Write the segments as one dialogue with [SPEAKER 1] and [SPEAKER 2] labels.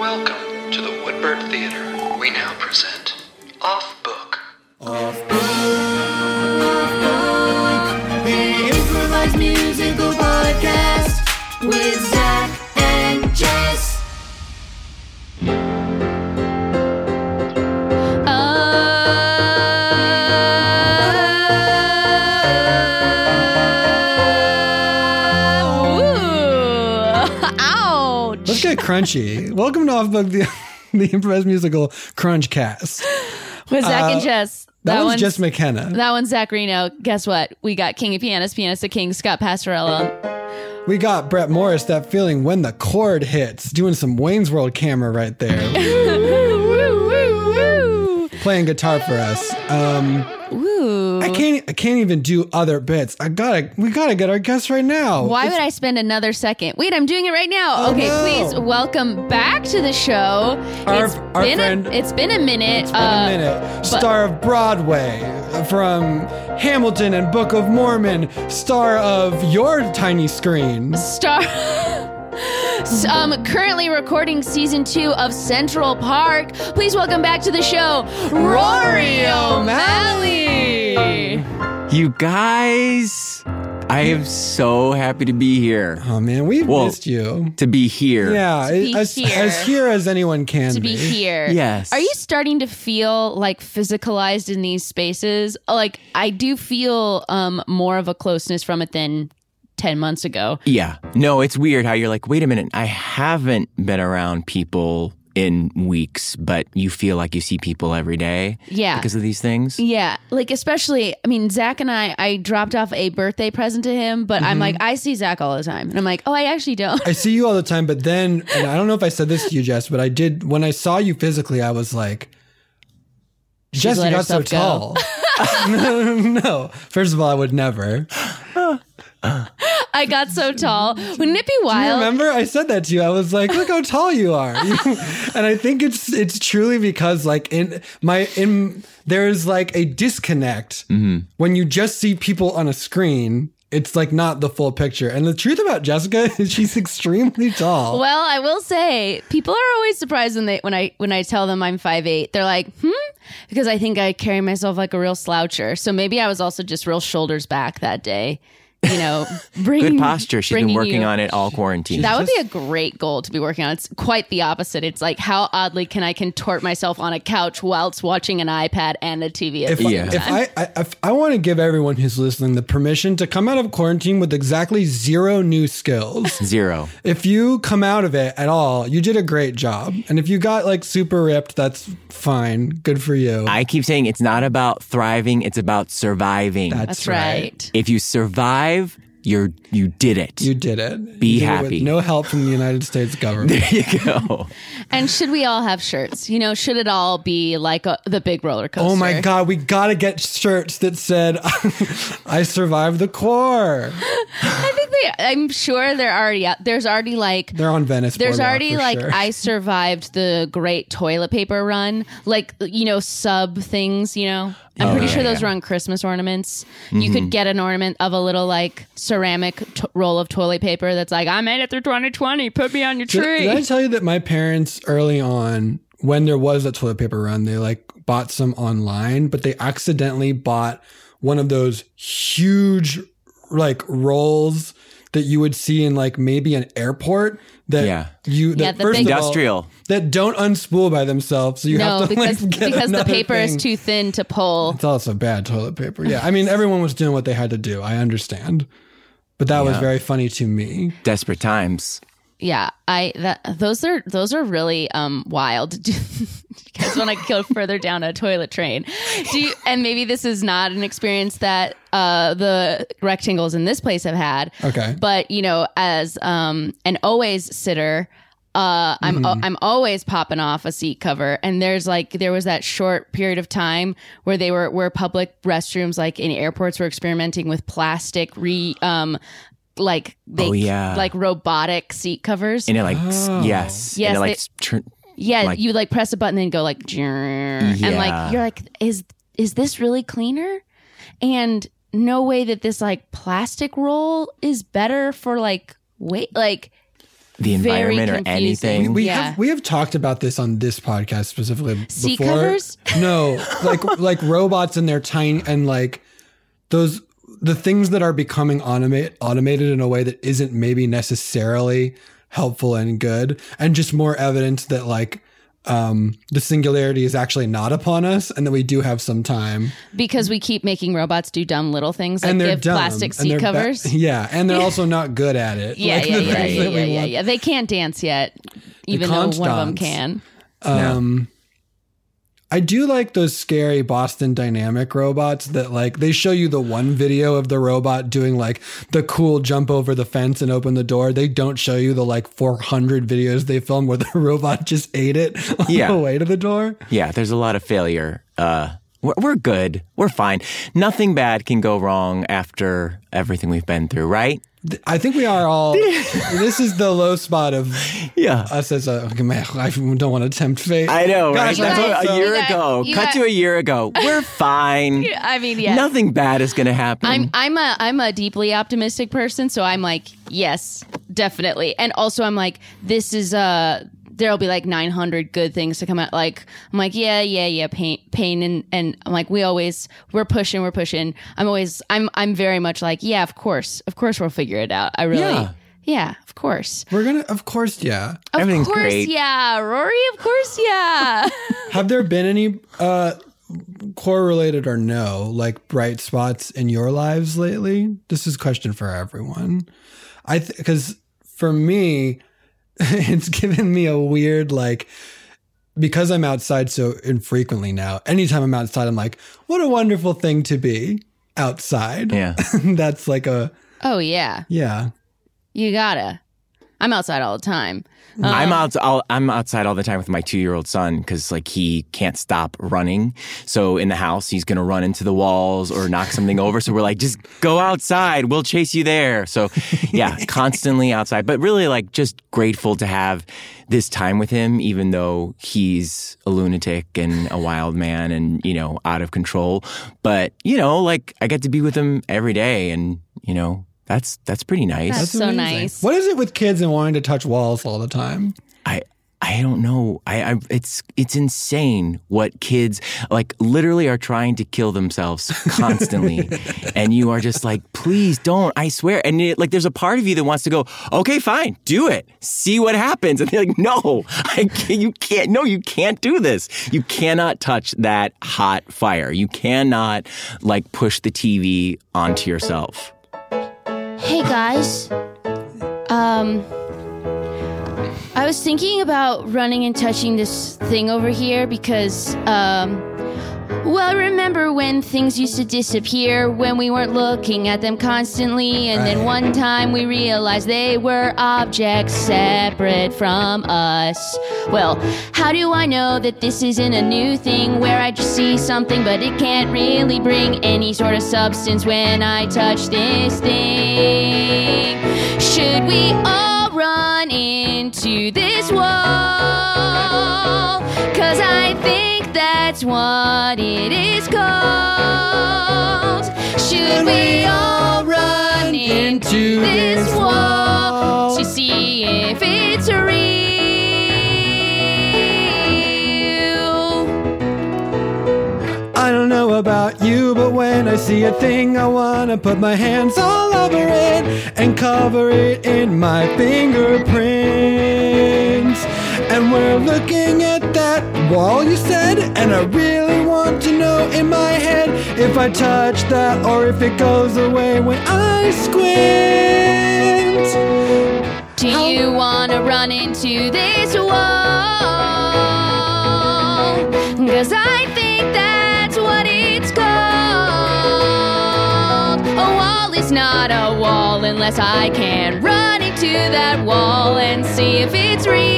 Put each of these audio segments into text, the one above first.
[SPEAKER 1] Welcome to the Woodbird Theater. We now present Off Book.
[SPEAKER 2] The improvised musical podcast with Zach and Jess.
[SPEAKER 3] Uh, Uh, ooh. Ouch.
[SPEAKER 4] Let's get crunchy. Welcome to Off Book, the, the improvised musical Crunch Cast.
[SPEAKER 3] With Zach and Jess.
[SPEAKER 4] Uh, That, was
[SPEAKER 3] one's
[SPEAKER 4] Jess McKenna.
[SPEAKER 3] That one's Zach Reno. Guess what? We got King of Pianists, Pianist of King, Scott Passarella.
[SPEAKER 4] we got Brett Morris, that feeling when the chord hits, doing some Wayne's World camera right there,
[SPEAKER 3] woo, woo,
[SPEAKER 4] playing guitar for us. Um,
[SPEAKER 3] woo. Woo.
[SPEAKER 4] I can't I can't even do other bits. I gotta we gotta get our guest right now.
[SPEAKER 3] Why would I spend another second? Wait, I'm doing it right now.
[SPEAKER 4] Oh,
[SPEAKER 3] okay,
[SPEAKER 4] no.
[SPEAKER 3] please welcome back to the show.
[SPEAKER 4] Our-
[SPEAKER 3] It's
[SPEAKER 4] our
[SPEAKER 3] been
[SPEAKER 4] friend-
[SPEAKER 3] a, it's been a minute. uh, It's
[SPEAKER 4] Wait a minute. Star of Broadway, from Hamilton and Book of Mormon, star of your tiny screen.
[SPEAKER 3] Star. S- um, currently recording season two of Central Park. Please welcome back to the show, Rory O'Malley.
[SPEAKER 5] You guys, I am so happy to be here.
[SPEAKER 4] Oh man, we
[SPEAKER 5] Whoa.
[SPEAKER 4] missed you.
[SPEAKER 5] To be here.
[SPEAKER 4] Yeah,
[SPEAKER 3] To be
[SPEAKER 4] as,
[SPEAKER 3] here.
[SPEAKER 4] as here as anyone can
[SPEAKER 3] To be here.
[SPEAKER 5] Yes.
[SPEAKER 3] Are you starting to feel like physicalized in these spaces? Like I do feel um more of a closeness from it than ten months ago.
[SPEAKER 5] Yeah. No, it's weird how you're like, wait a minute, I haven't been around people in weeks, but you feel like you see people every day
[SPEAKER 3] Yeah.
[SPEAKER 5] because of these things.
[SPEAKER 3] Yeah, like especially, I mean, Zach and I, I dropped off a birthday present to him, but
[SPEAKER 5] Mm-hmm.
[SPEAKER 3] I'm like, I see Zach all the time, and I'm like, oh, I actually don't.
[SPEAKER 4] I see you all the time, but then and I don't know if I said this to you, Jess, but I did when I saw you physically, I was like, Jess, you
[SPEAKER 3] let
[SPEAKER 4] got so
[SPEAKER 3] herself go.
[SPEAKER 4] tall. no, no, no. First of all, I would never.
[SPEAKER 3] I got so tall. Wouldn't it be
[SPEAKER 4] I
[SPEAKER 3] wild?
[SPEAKER 4] remember I said that to you. I was like, look how tall you are. and I think it's it's truly because like in my in there's like a disconnect when you just see people on a screen. It's like not the full picture. And the truth about Jessica is she's extremely tall.
[SPEAKER 3] Well, I will say, people are always surprised when they when I when I tell them I'm 5'8". They're like, hmm, because I think I carry myself like a real sloucher. So maybe I was also just real shoulders back that day. You know, bringing,
[SPEAKER 5] Good posture. She's been
[SPEAKER 3] bringing
[SPEAKER 5] working
[SPEAKER 3] you-
[SPEAKER 5] on it all quarantine.
[SPEAKER 3] That would be a great goal to be working on. It's quite the opposite. It's like how oddly can I contort myself on a couch whilst watching an iPad and a TV at
[SPEAKER 4] If,
[SPEAKER 3] the
[SPEAKER 5] Yeah.
[SPEAKER 3] same
[SPEAKER 4] if
[SPEAKER 3] time?
[SPEAKER 4] I, I if I want to give everyone who's listening the permission to come out of quarantine with exactly zero new skills.
[SPEAKER 5] Zero.
[SPEAKER 4] if you come out of it at all, you did a great job. And if you got like super ripped, that's fine. Good for you.
[SPEAKER 5] I keep saying it's not about thriving, it's about surviving.
[SPEAKER 3] That's right.
[SPEAKER 5] if you survive, you're you did it.
[SPEAKER 4] You did it.
[SPEAKER 5] Be
[SPEAKER 4] You did it
[SPEAKER 5] happy.
[SPEAKER 4] with no help from the United States government.
[SPEAKER 5] there you go.
[SPEAKER 3] And should we all have shirts? You know, should it all be like a, the big roller coaster?
[SPEAKER 4] Oh my God, we gotta get shirts that said, I survived the core.
[SPEAKER 3] I think they. I'm sure they're already out. There's already like
[SPEAKER 4] They're on Venice.
[SPEAKER 3] there's
[SPEAKER 4] Boardwalk
[SPEAKER 3] already
[SPEAKER 4] for
[SPEAKER 3] like
[SPEAKER 4] sure.
[SPEAKER 3] I survived the great toilet paper run. Like you know sub things. You know,
[SPEAKER 4] Oh,
[SPEAKER 3] I'm pretty sure those were on Christmas ornaments. You
[SPEAKER 4] Mm-hmm.
[SPEAKER 3] could get an ornament of a little like ceramic t- roll of toilet paper that's like I made it through 2020. Put me on your
[SPEAKER 4] Did-
[SPEAKER 3] tree.
[SPEAKER 4] Did I tell you that my parents early on, when there was a toilet paper run, they like bought some online, but they accidentally bought one of those huge like rolls that you would see in like maybe an airport that
[SPEAKER 5] Yeah.
[SPEAKER 4] you that
[SPEAKER 3] Yeah, the
[SPEAKER 4] first
[SPEAKER 3] big-
[SPEAKER 4] of all-
[SPEAKER 5] Industrial.
[SPEAKER 4] that don't unspool by themselves. So you have
[SPEAKER 3] no,
[SPEAKER 4] to
[SPEAKER 3] because
[SPEAKER 4] like, get
[SPEAKER 3] because the
[SPEAKER 4] another
[SPEAKER 3] paper
[SPEAKER 4] thing.
[SPEAKER 3] is too thin to pull.
[SPEAKER 4] It's also bad toilet paper. Yeah, I mean everyone was doing what they had to do. I understand, but that was very funny to me.
[SPEAKER 5] Desperate times.
[SPEAKER 3] Yeah, I that those are those are really um wild. Because when I go further down a toilet train, do you, and maybe this is not an experience that uh the rectangles in this place have had.
[SPEAKER 4] Okay.
[SPEAKER 3] but you know, as um an always sitter. Uh, I'm al- I'm always popping off a seat cover, and there's like there was that short period of time where they were where public restrooms like in airports were experimenting with plastic re um like they
[SPEAKER 5] Oh, yeah.
[SPEAKER 3] like robotic seat covers.
[SPEAKER 5] And it like, s
[SPEAKER 4] Oh.
[SPEAKER 5] yes.
[SPEAKER 3] Yes,
[SPEAKER 5] And it like,
[SPEAKER 3] they-
[SPEAKER 5] s- turn-
[SPEAKER 3] yeah,
[SPEAKER 5] like-
[SPEAKER 3] you like press a button and go like, "Jrrr," and
[SPEAKER 5] Yeah.
[SPEAKER 3] like you're like, is is this really cleaner? And no way that this like plastic roll is better for like wait like
[SPEAKER 5] the
[SPEAKER 3] Very
[SPEAKER 5] environment or
[SPEAKER 3] confusing.
[SPEAKER 4] We,
[SPEAKER 5] anything.
[SPEAKER 4] we
[SPEAKER 3] Yeah.
[SPEAKER 4] have we have talked about this on this podcast specifically.
[SPEAKER 3] Seat
[SPEAKER 4] before.
[SPEAKER 3] covers?
[SPEAKER 4] No, like like robots and their tiny and like those the things that are becoming automate, automated in a way that isn't maybe necessarily helpful and good, and just more evidence that like um the singularity is actually not upon us and that we do have some time
[SPEAKER 3] because we keep making robots do dumb little things like
[SPEAKER 4] and they're
[SPEAKER 3] give
[SPEAKER 4] dumb
[SPEAKER 3] plastic
[SPEAKER 4] and they're
[SPEAKER 3] seat
[SPEAKER 4] ba-
[SPEAKER 3] covers.
[SPEAKER 4] yeah and they're also not good at it
[SPEAKER 3] yeah,
[SPEAKER 4] Like,
[SPEAKER 3] yeah,
[SPEAKER 4] the
[SPEAKER 3] yeah,
[SPEAKER 4] things
[SPEAKER 3] yeah,
[SPEAKER 4] that we
[SPEAKER 3] yeah, yeah,
[SPEAKER 4] want.
[SPEAKER 3] yeah. They can't dance yet, even though
[SPEAKER 4] can't
[SPEAKER 3] one of them
[SPEAKER 4] dance.
[SPEAKER 3] can.
[SPEAKER 4] Um, I do like those scary Boston Dynamic robots that like they show you the one video of the robot doing like the cool jump over the fence and open the door. They don't show you the like 400 videos they filmed where the robot just ate it on
[SPEAKER 5] Yeah.
[SPEAKER 4] the way to the door.
[SPEAKER 5] Yeah, there's a lot of failure. Uh, we're, we're good. We're fine. Nothing bad can go wrong after everything we've been through, right?
[SPEAKER 4] I think we are all. this is the low spot of
[SPEAKER 5] Yeah.
[SPEAKER 4] us as a. Man, I don't want to tempt fate.
[SPEAKER 5] I know, right?
[SPEAKER 4] Gosh,
[SPEAKER 5] That's
[SPEAKER 4] I
[SPEAKER 3] guys-
[SPEAKER 5] what-
[SPEAKER 4] hope
[SPEAKER 5] a
[SPEAKER 4] so.
[SPEAKER 5] year
[SPEAKER 3] you guys-
[SPEAKER 5] ago.
[SPEAKER 3] you
[SPEAKER 5] Cut
[SPEAKER 3] guys-
[SPEAKER 5] to a year ago. We're fine.
[SPEAKER 3] I mean, yeah.
[SPEAKER 5] Nothing bad is going to happen.
[SPEAKER 3] I'm I'm a I'm a deeply optimistic person, so I'm like, yes, definitely. And also I'm like, this is uh there'll be like 900 good things to come out like i'm like yeah yeah yeah pain pain and and i'm like we always we're pushing we're pushing i'm always i'm i'm very much like yeah of course of course we'll figure it out i really
[SPEAKER 5] Yeah.
[SPEAKER 3] yeah, of course
[SPEAKER 4] We're gonna, of course, yeah.
[SPEAKER 3] of
[SPEAKER 5] Everything's
[SPEAKER 3] course
[SPEAKER 5] great.
[SPEAKER 3] yeah rory of course yeah
[SPEAKER 4] Have there been any uh, correlated or no, like bright spots in your lives lately? This is a question for everyone. I because for me, it's given me a weird like because I'm outside so infrequently now. Anytime I'm outside, I'm like, what a wonderful thing to be outside.
[SPEAKER 5] Yeah.
[SPEAKER 4] that's like a
[SPEAKER 3] oh yeah
[SPEAKER 4] yeah.
[SPEAKER 3] you gotta i'm outside all the time
[SPEAKER 5] I'm out. I'll, I'm outside all the time with my two-year-old son because like he can't stop running. So in the house, he's gonna run into the walls or knock something over. So we're like, just go outside. We'll chase you there. So yeah, constantly outside. But really, like, just grateful to have this time with him, even though he's a lunatic and a wild man and you know out of control. But you know, like, I get to be with him every day, and you know. That's that's pretty nice.
[SPEAKER 3] That's so nice.
[SPEAKER 4] What is it with kids and wanting to touch walls all the time?
[SPEAKER 5] I I don't know. I, I it's it's insane what kids like literally are trying to kill themselves constantly, and you are just like, please don't. I swear. And it, like, there's a part of you that wants to go, okay, fine, do it, see what happens. And they're like, no, I can't, you can't. No, you can't do this. You cannot touch that hot fire. You cannot like push the TV onto yourself.
[SPEAKER 2] Hey guys. Um I was thinking about running and touching this thing over here because um well, remember when things used to disappear when we weren't looking at them constantly, and then one time we realized they were objects separate from us? Well, how do I know that this isn't a new thing where I just see something, but it can't really bring any sort of substance when I touch this thing? Should we all run into this wall? Cause I think that's what it is called. Should we all run into this wall to see if it's real?
[SPEAKER 4] I don't know about you, but when I I see a thing, I wanna put my hands all over it and cover it in my fingerprints. And we're looking at that wall you said, and I really want to know in my head if I touch that or if it goes away when I squint.
[SPEAKER 3] Do you want to run into this wall? Because I think that's what it's called. A wall is not a wall unless I can run into that wall and see if it's real.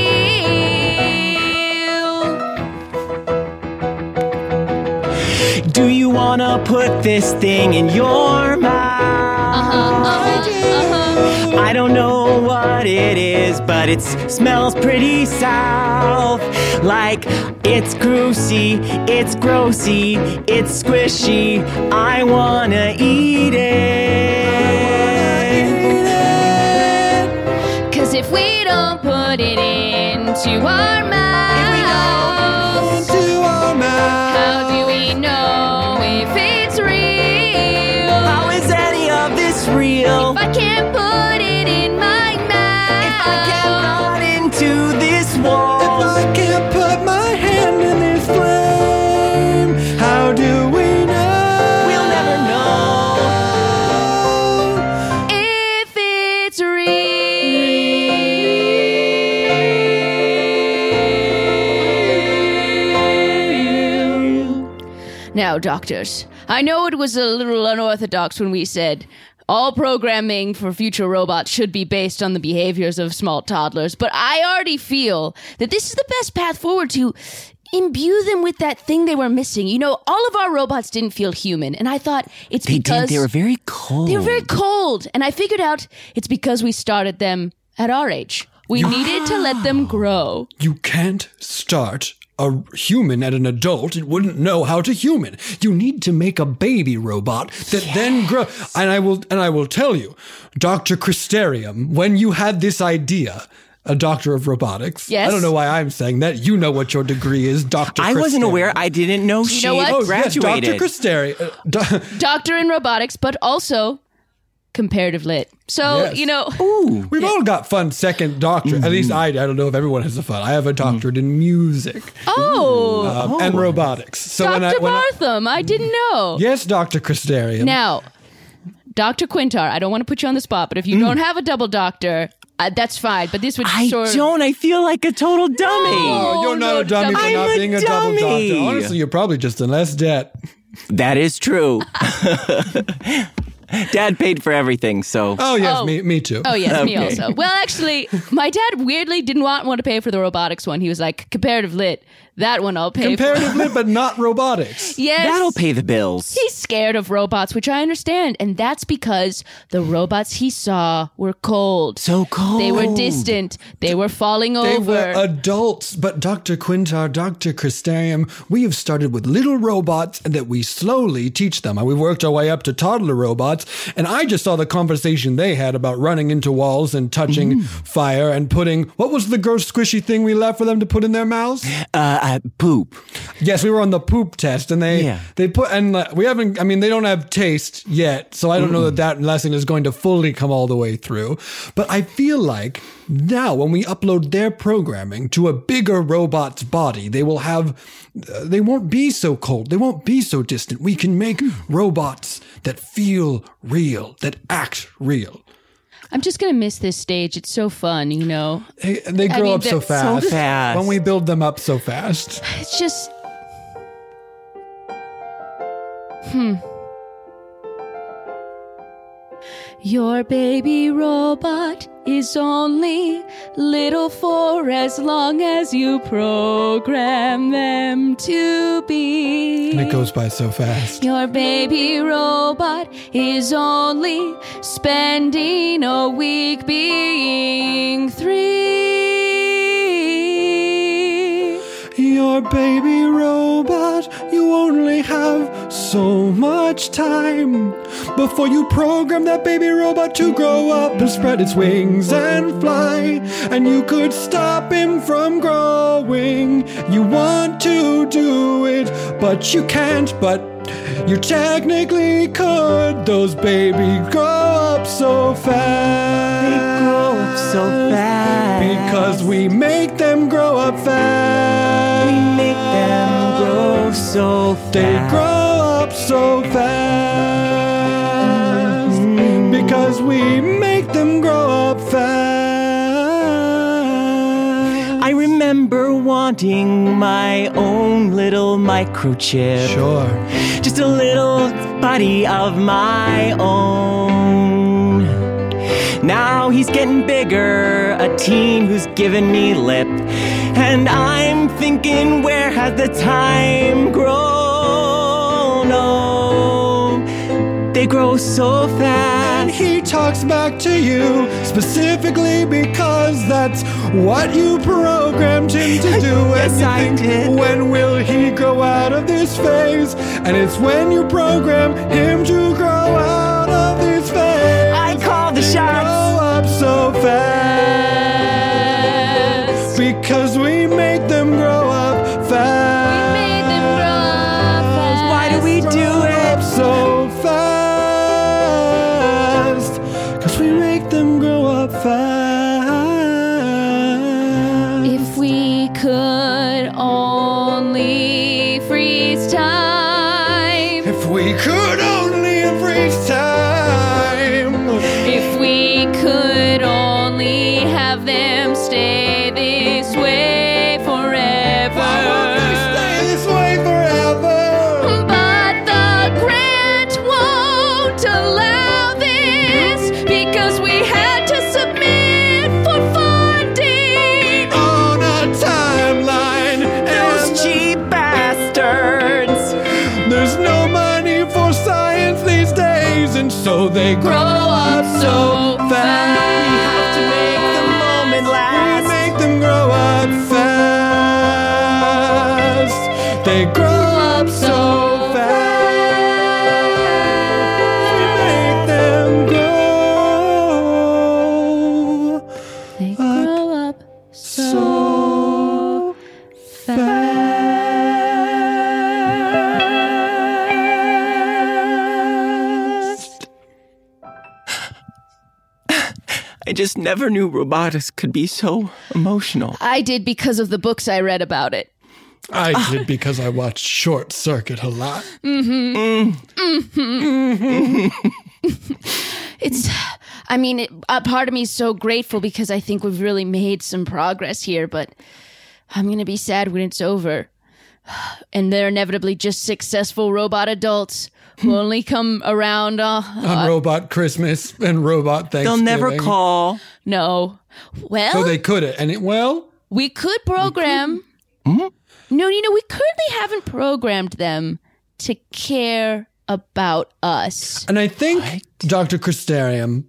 [SPEAKER 5] Do you wanna put this thing in your mouth?
[SPEAKER 3] Uh-huh,
[SPEAKER 5] I don't know what it is, but it smells pretty south. Like it's groovy, it's grossy, it's squishy. I wanna eat it.
[SPEAKER 3] Because if we don't put it into our mouths,
[SPEAKER 4] Into our mouth.
[SPEAKER 3] how do we know if it's real?
[SPEAKER 5] How is any of this real?
[SPEAKER 3] If I can't put it in my mouth,
[SPEAKER 5] Got into this wall.
[SPEAKER 4] I can't put my hand in this flame. How do we know?
[SPEAKER 5] We'll never know.
[SPEAKER 3] if it's real. Now, doctors, I know it was a little unorthodox when we said. All programming for future robots should be based on the behaviors of small toddlers, but I already feel that this is the best path forward to imbue them with that thing they were missing. You know, all of our robots didn't feel human, and I thought it's because
[SPEAKER 5] very cold.
[SPEAKER 3] they were
[SPEAKER 4] Oh.
[SPEAKER 3] very cold, and I figured out it's because we started them at our age. We needed to let them grow.
[SPEAKER 4] You can't start a human at an adult. It wouldn't know how to human. You need to make a baby robot that then grow. And I will and I will tell you, Dr. Christerium, when you had this idea, a doctor of robotics.
[SPEAKER 3] Yes.
[SPEAKER 4] I don't know why I'm saying that. You know what your degree is, Dr.
[SPEAKER 5] I wasn't
[SPEAKER 4] Christerium.
[SPEAKER 5] aware. I didn't know she
[SPEAKER 3] know what?
[SPEAKER 4] Oh, yeah,
[SPEAKER 5] graduated.
[SPEAKER 4] Dr. Christerium. uh, do-
[SPEAKER 3] Doctor in robotics, but also comparative lit. So,
[SPEAKER 4] Yes.
[SPEAKER 3] you know,
[SPEAKER 4] We've all got fun second doctorate. At least
[SPEAKER 5] Mm-hmm.
[SPEAKER 4] I, I don't know if everyone has a fun. I have a doctorate in music
[SPEAKER 3] oh,
[SPEAKER 4] um, and robotics. So when I,
[SPEAKER 3] Dr.
[SPEAKER 4] when I,
[SPEAKER 3] Bartham, I didn't know.
[SPEAKER 4] yes, Doctor Christerium.
[SPEAKER 3] Now, Dr. Quintar, I don't want to put you on the spot, but if
[SPEAKER 4] Mm.
[SPEAKER 3] you don't have a double doctor, uh, that's fine. But this would
[SPEAKER 5] I
[SPEAKER 3] sort of-
[SPEAKER 5] don't. I feel like a total dummy.
[SPEAKER 3] No.
[SPEAKER 4] Oh, you're not
[SPEAKER 3] no,
[SPEAKER 4] a dummy for
[SPEAKER 3] dummy.
[SPEAKER 4] not
[SPEAKER 5] I'm a
[SPEAKER 4] being a double
[SPEAKER 5] dummy.
[SPEAKER 4] doctor. Honestly, you're probably just in less debt.
[SPEAKER 5] That is true. Dad paid for everything, so
[SPEAKER 4] Oh yes,
[SPEAKER 3] Oh.
[SPEAKER 4] me me too.
[SPEAKER 3] Oh yes, me
[SPEAKER 5] Okay.
[SPEAKER 3] also. Well, actually, my dad weirdly didn't want, want to pay for the robotics one. He was like, comparative lit, that one I'll pay for.
[SPEAKER 4] Comparatively, but not robotics.
[SPEAKER 3] Yes.
[SPEAKER 5] that'll pay the bills.
[SPEAKER 3] He's scared of robots, which I understand, and that's because the robots he saw were cold.
[SPEAKER 5] So cold.
[SPEAKER 3] They were distant. They were falling
[SPEAKER 4] They
[SPEAKER 3] over.
[SPEAKER 4] were adults, but Dr. Quintar, Dr. Christerium, we have started with little robots and that we slowly teach them. And we've worked our way up to toddler robots. And I just saw the conversation they had about running into walls and touching fire and putting what was the gross squishy thing we left for them to put in their mouths?
[SPEAKER 5] Uh, uh, poop.
[SPEAKER 4] Yes, we were on the poop test, and they
[SPEAKER 5] Yeah.
[SPEAKER 4] they put and uh, we haven't. I mean, they don't have taste yet, so I don't know that that lesson is going to fully come all the way through. But I feel like now, when we upload their programming to a bigger robot's body, they will have. uh, They won't be so cold. They won't be so distant. We can make
[SPEAKER 5] Hmm.
[SPEAKER 4] robots that feel real, that act real.
[SPEAKER 3] I'm just gonna miss this stage. It's so fun, you know.
[SPEAKER 4] They, they grow
[SPEAKER 3] mean,
[SPEAKER 4] up so
[SPEAKER 3] that's so
[SPEAKER 4] fast.
[SPEAKER 5] fast.
[SPEAKER 4] When we build them up so fast.
[SPEAKER 3] It's just. Hmm. Hmm. Your baby robot is only little for as long as you program them to be.
[SPEAKER 4] And it goes by so fast.
[SPEAKER 3] Your baby robot is only spending a week being three.
[SPEAKER 4] Your baby robot, you only have so much time before you program that baby robot to grow up and spread its wings and fly. And you could stop him from growing. You want to do it, but you can't. But You technically could. Those babies grow up so fast. They grow up so fast. Because we make them grow up fast. We make them grow so fast. They grow up so fast. Because we make them grow up fast.
[SPEAKER 5] I remember wanting my own little microchip.
[SPEAKER 4] Sure.
[SPEAKER 5] Just a little body of my own. Now he's getting bigger, a teen who's given me lip. And I'm thinking, where has the time grown? Oh, they grow so
[SPEAKER 4] And
[SPEAKER 5] fast.
[SPEAKER 4] he talks back to you specifically because that's what you programmed him to do.
[SPEAKER 5] Yes,
[SPEAKER 4] And you
[SPEAKER 5] I
[SPEAKER 4] think,
[SPEAKER 5] did.
[SPEAKER 4] When will he grow out of this phase? And it's when you program him to grow out of this phase.
[SPEAKER 5] I call the shots.
[SPEAKER 4] Grow up so fast because we make them grow up fast.
[SPEAKER 5] Why do we do
[SPEAKER 4] Up
[SPEAKER 5] it?
[SPEAKER 4] so fast because we make them grow up fast.
[SPEAKER 3] If we could only freeze time.
[SPEAKER 4] If we could only freeze time.
[SPEAKER 3] If we could only have them stay this way
[SPEAKER 4] I want them to
[SPEAKER 3] forever.
[SPEAKER 4] stay this way forever.
[SPEAKER 3] But the grant won't allow this because we had to submit for funding.
[SPEAKER 4] On a timeline,
[SPEAKER 5] Those
[SPEAKER 4] and
[SPEAKER 5] cheap bastards.
[SPEAKER 4] there's no money for science these days, and so they grow up so fast.
[SPEAKER 5] To make the moment
[SPEAKER 4] We
[SPEAKER 5] last.
[SPEAKER 4] make them grow up fast. They grow up so fast. We make them grow
[SPEAKER 3] They grow up
[SPEAKER 4] so fast.
[SPEAKER 5] I just never knew robotics could be so emotional.
[SPEAKER 3] I did because of the books I read about it.
[SPEAKER 4] I did because I watched Short Circuit a lot.
[SPEAKER 3] It's, I mean, it, a part of me is so grateful because I think we've really made some progress here, but I'm going to be sad when it's over. And they're inevitably just successful robot adults who
[SPEAKER 4] Hmm.
[SPEAKER 3] only come around. Uh,
[SPEAKER 4] On Robot Christmas and Robot
[SPEAKER 5] They'll
[SPEAKER 4] Thanksgiving.
[SPEAKER 5] never call.
[SPEAKER 3] no. Well,
[SPEAKER 4] So they could it, and it well.
[SPEAKER 3] we could program.
[SPEAKER 4] Mm-hmm.
[SPEAKER 3] No, you know, we currently haven't programmed them to care about us.
[SPEAKER 4] And I think, Dr. Christarium,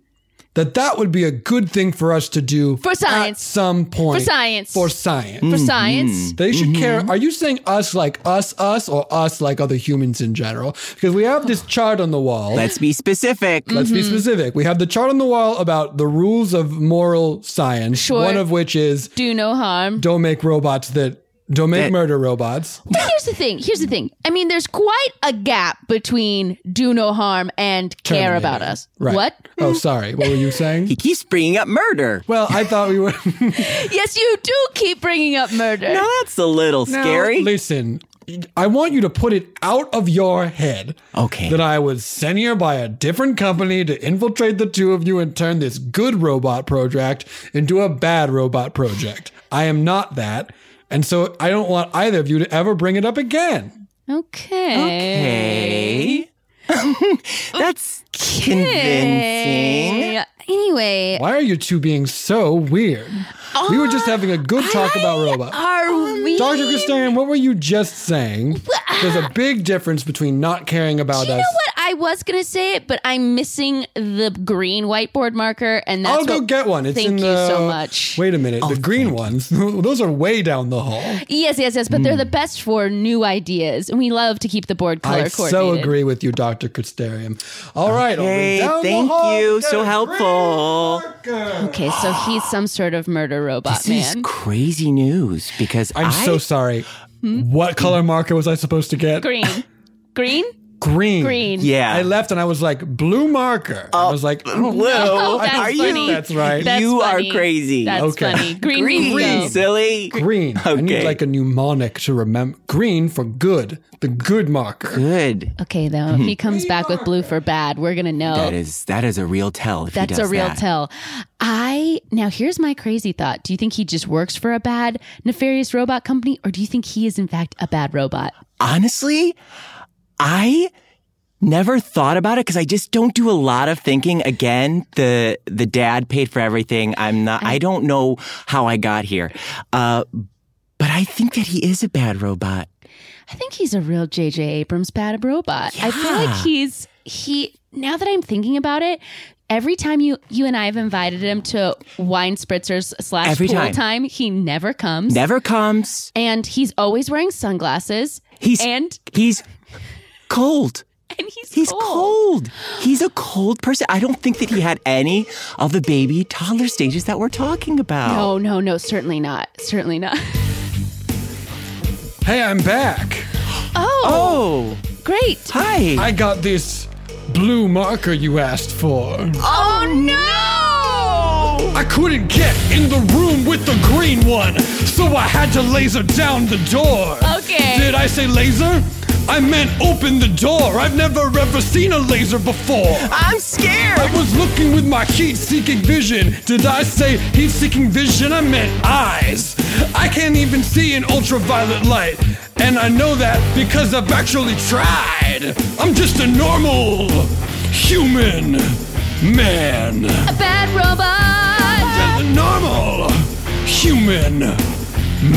[SPEAKER 4] that that would be a good thing for us to do
[SPEAKER 3] For science.
[SPEAKER 4] At some point.
[SPEAKER 3] For science. Mm-hmm.
[SPEAKER 4] For science.
[SPEAKER 3] For science.
[SPEAKER 4] They should care. Are you saying us like us, us, or us like other humans in general? Because we have this chart on the wall.
[SPEAKER 5] Let's be specific.
[SPEAKER 4] Let's
[SPEAKER 3] mm-hmm.
[SPEAKER 4] be specific. We have the chart on the wall about the rules of moral science,
[SPEAKER 3] Sure.
[SPEAKER 4] one of which is
[SPEAKER 3] Do no harm.
[SPEAKER 4] don't make robots that don't make
[SPEAKER 5] That-
[SPEAKER 4] murder robots.
[SPEAKER 3] here's the thing. Here's the thing. I mean, there's quite a gap between do no harm and care
[SPEAKER 4] Terminator.
[SPEAKER 3] about us.
[SPEAKER 4] Right.
[SPEAKER 3] What?
[SPEAKER 4] Oh, sorry. What were you saying?
[SPEAKER 5] He keeps bringing up murder.
[SPEAKER 4] well, I thought we were.
[SPEAKER 3] Yes, you do keep bringing up murder.
[SPEAKER 5] Now that's a little scary.
[SPEAKER 4] Listen, I want you to put it out of your head.
[SPEAKER 5] Okay.
[SPEAKER 4] That I was sent here by a different company to infiltrate the two of you and turn this good robot project into a bad robot project. I am not that. And so I don't want either of you to ever bring it up again.
[SPEAKER 3] Okay.
[SPEAKER 5] okay. that's convincing.
[SPEAKER 3] Anyway,
[SPEAKER 4] Why are you two being so weird? we were just having a good talk about robots.
[SPEAKER 3] are we?
[SPEAKER 4] Dr. Christian, what were you just saying? There's a big difference between not caring about
[SPEAKER 3] you know
[SPEAKER 4] us.
[SPEAKER 3] what? I was gonna say it, but I'm missing the green whiteboard marker, and that's
[SPEAKER 4] I'll go
[SPEAKER 3] what-
[SPEAKER 4] get one. It's
[SPEAKER 3] thank
[SPEAKER 4] in
[SPEAKER 3] you
[SPEAKER 4] the,
[SPEAKER 3] so much.
[SPEAKER 4] Wait a minute, the green ones. Those are way down the hall.
[SPEAKER 3] Yes, yes, yes. But
[SPEAKER 4] Hmm.
[SPEAKER 3] they're the best for new ideas, and we love to keep the board color
[SPEAKER 4] I
[SPEAKER 3] coordinated.
[SPEAKER 4] so agree with you, Doctor Christarium. All right,
[SPEAKER 5] Okay,
[SPEAKER 4] I'll be down the
[SPEAKER 5] thank
[SPEAKER 4] hall
[SPEAKER 5] you.
[SPEAKER 4] to get
[SPEAKER 5] So
[SPEAKER 4] a
[SPEAKER 5] helpful.
[SPEAKER 4] green marker.
[SPEAKER 3] Okay, so he's some sort of murder robot
[SPEAKER 5] This
[SPEAKER 3] man.
[SPEAKER 5] is crazy news because
[SPEAKER 4] I'm
[SPEAKER 5] I-
[SPEAKER 3] Hmm?
[SPEAKER 4] so sorry. What color marker was I supposed to get?
[SPEAKER 3] green. green?
[SPEAKER 4] green.
[SPEAKER 3] Green.
[SPEAKER 5] Yeah.
[SPEAKER 4] I left and I was like, blue marker. I was like, oh,
[SPEAKER 5] Lou,
[SPEAKER 3] Oh, that's
[SPEAKER 5] are
[SPEAKER 3] funny.
[SPEAKER 5] you?
[SPEAKER 4] That's right.
[SPEAKER 3] That's
[SPEAKER 5] you
[SPEAKER 3] funny.
[SPEAKER 5] are crazy.
[SPEAKER 3] That's
[SPEAKER 4] Okay.
[SPEAKER 3] funny. Green,
[SPEAKER 5] green,
[SPEAKER 3] means go.
[SPEAKER 5] silly.
[SPEAKER 4] green. I need
[SPEAKER 5] Okay.
[SPEAKER 4] like a mnemonic to remember. Green for good. The good marker.
[SPEAKER 5] Good.
[SPEAKER 3] Okay, though, if he comes back with blue for bad, we're gonna know.
[SPEAKER 5] That is that is a real tell. If he
[SPEAKER 3] Oh. That's a
[SPEAKER 5] does
[SPEAKER 3] real
[SPEAKER 5] that.
[SPEAKER 3] tell. I now here's my crazy thought. Do you think he just works for a bad nefarious robot company, or do you think he is in fact a bad robot?
[SPEAKER 5] Honestly, I never thought about it because I just don't do a lot of thinking. Again, the the dad paid for everything. I'm not. I, don't know how I got here, uh, but I think that he is a bad robot.
[SPEAKER 3] I think he's a real J.J. Abrams bad robot. I feel like he's he. Now that I'm thinking about it, every time you you and I have invited him to wine spritzers slash
[SPEAKER 5] Every
[SPEAKER 3] pool
[SPEAKER 5] time.
[SPEAKER 3] time. he never comes,
[SPEAKER 5] Never comes.
[SPEAKER 3] and he's always wearing sunglasses.
[SPEAKER 5] He's
[SPEAKER 3] and
[SPEAKER 5] he's cold.
[SPEAKER 3] and he's
[SPEAKER 5] He's cold. He's a cold person. I don't think that he had any of the baby toddler stages that we're talking about.
[SPEAKER 3] No, no, no, certainly not. Certainly not.
[SPEAKER 4] Hey, I'm back.
[SPEAKER 3] Oh,
[SPEAKER 5] Oh,
[SPEAKER 3] great.
[SPEAKER 5] hi.
[SPEAKER 4] I got this blue marker you asked for.
[SPEAKER 5] oh no!
[SPEAKER 4] I couldn't get in the room with the green one, so I had to laser down the door.
[SPEAKER 3] Okay.
[SPEAKER 4] Did I say laser? I meant open the door. I've never ever seen a laser before.
[SPEAKER 5] I'm scared.
[SPEAKER 4] I was looking with my heat-seeking vision. Did I say heat-seeking vision? I meant eyes. I can't even see in ultraviolet light. And I know that because I've actually tried. I'm just a normal human man.
[SPEAKER 3] A bad robot.
[SPEAKER 4] A normal human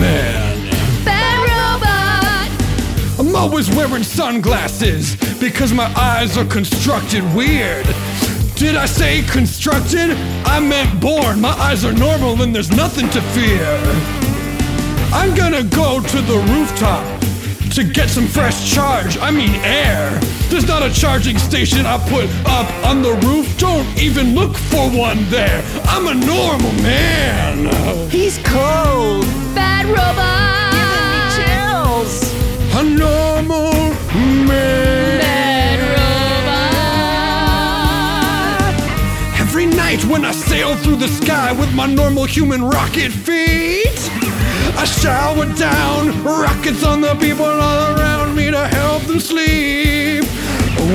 [SPEAKER 4] man.
[SPEAKER 3] Bad robot.
[SPEAKER 4] I'm always wearing sunglasses because my eyes are constructed weird. Did I say constructed? I meant born. My eyes are normal and there's nothing to fear. I'm gonna go to the rooftop to get some fresh charge. I mean air. There's not a charging station I put up on the roof. Don't even look for one there. I'm a normal man.
[SPEAKER 5] He's cold.
[SPEAKER 3] Bad robot.
[SPEAKER 5] Chills.
[SPEAKER 4] A normal man. Every night when I sail through the sky with my normal human rocket feet, I shower down rockets on the people all around me to help them sleep.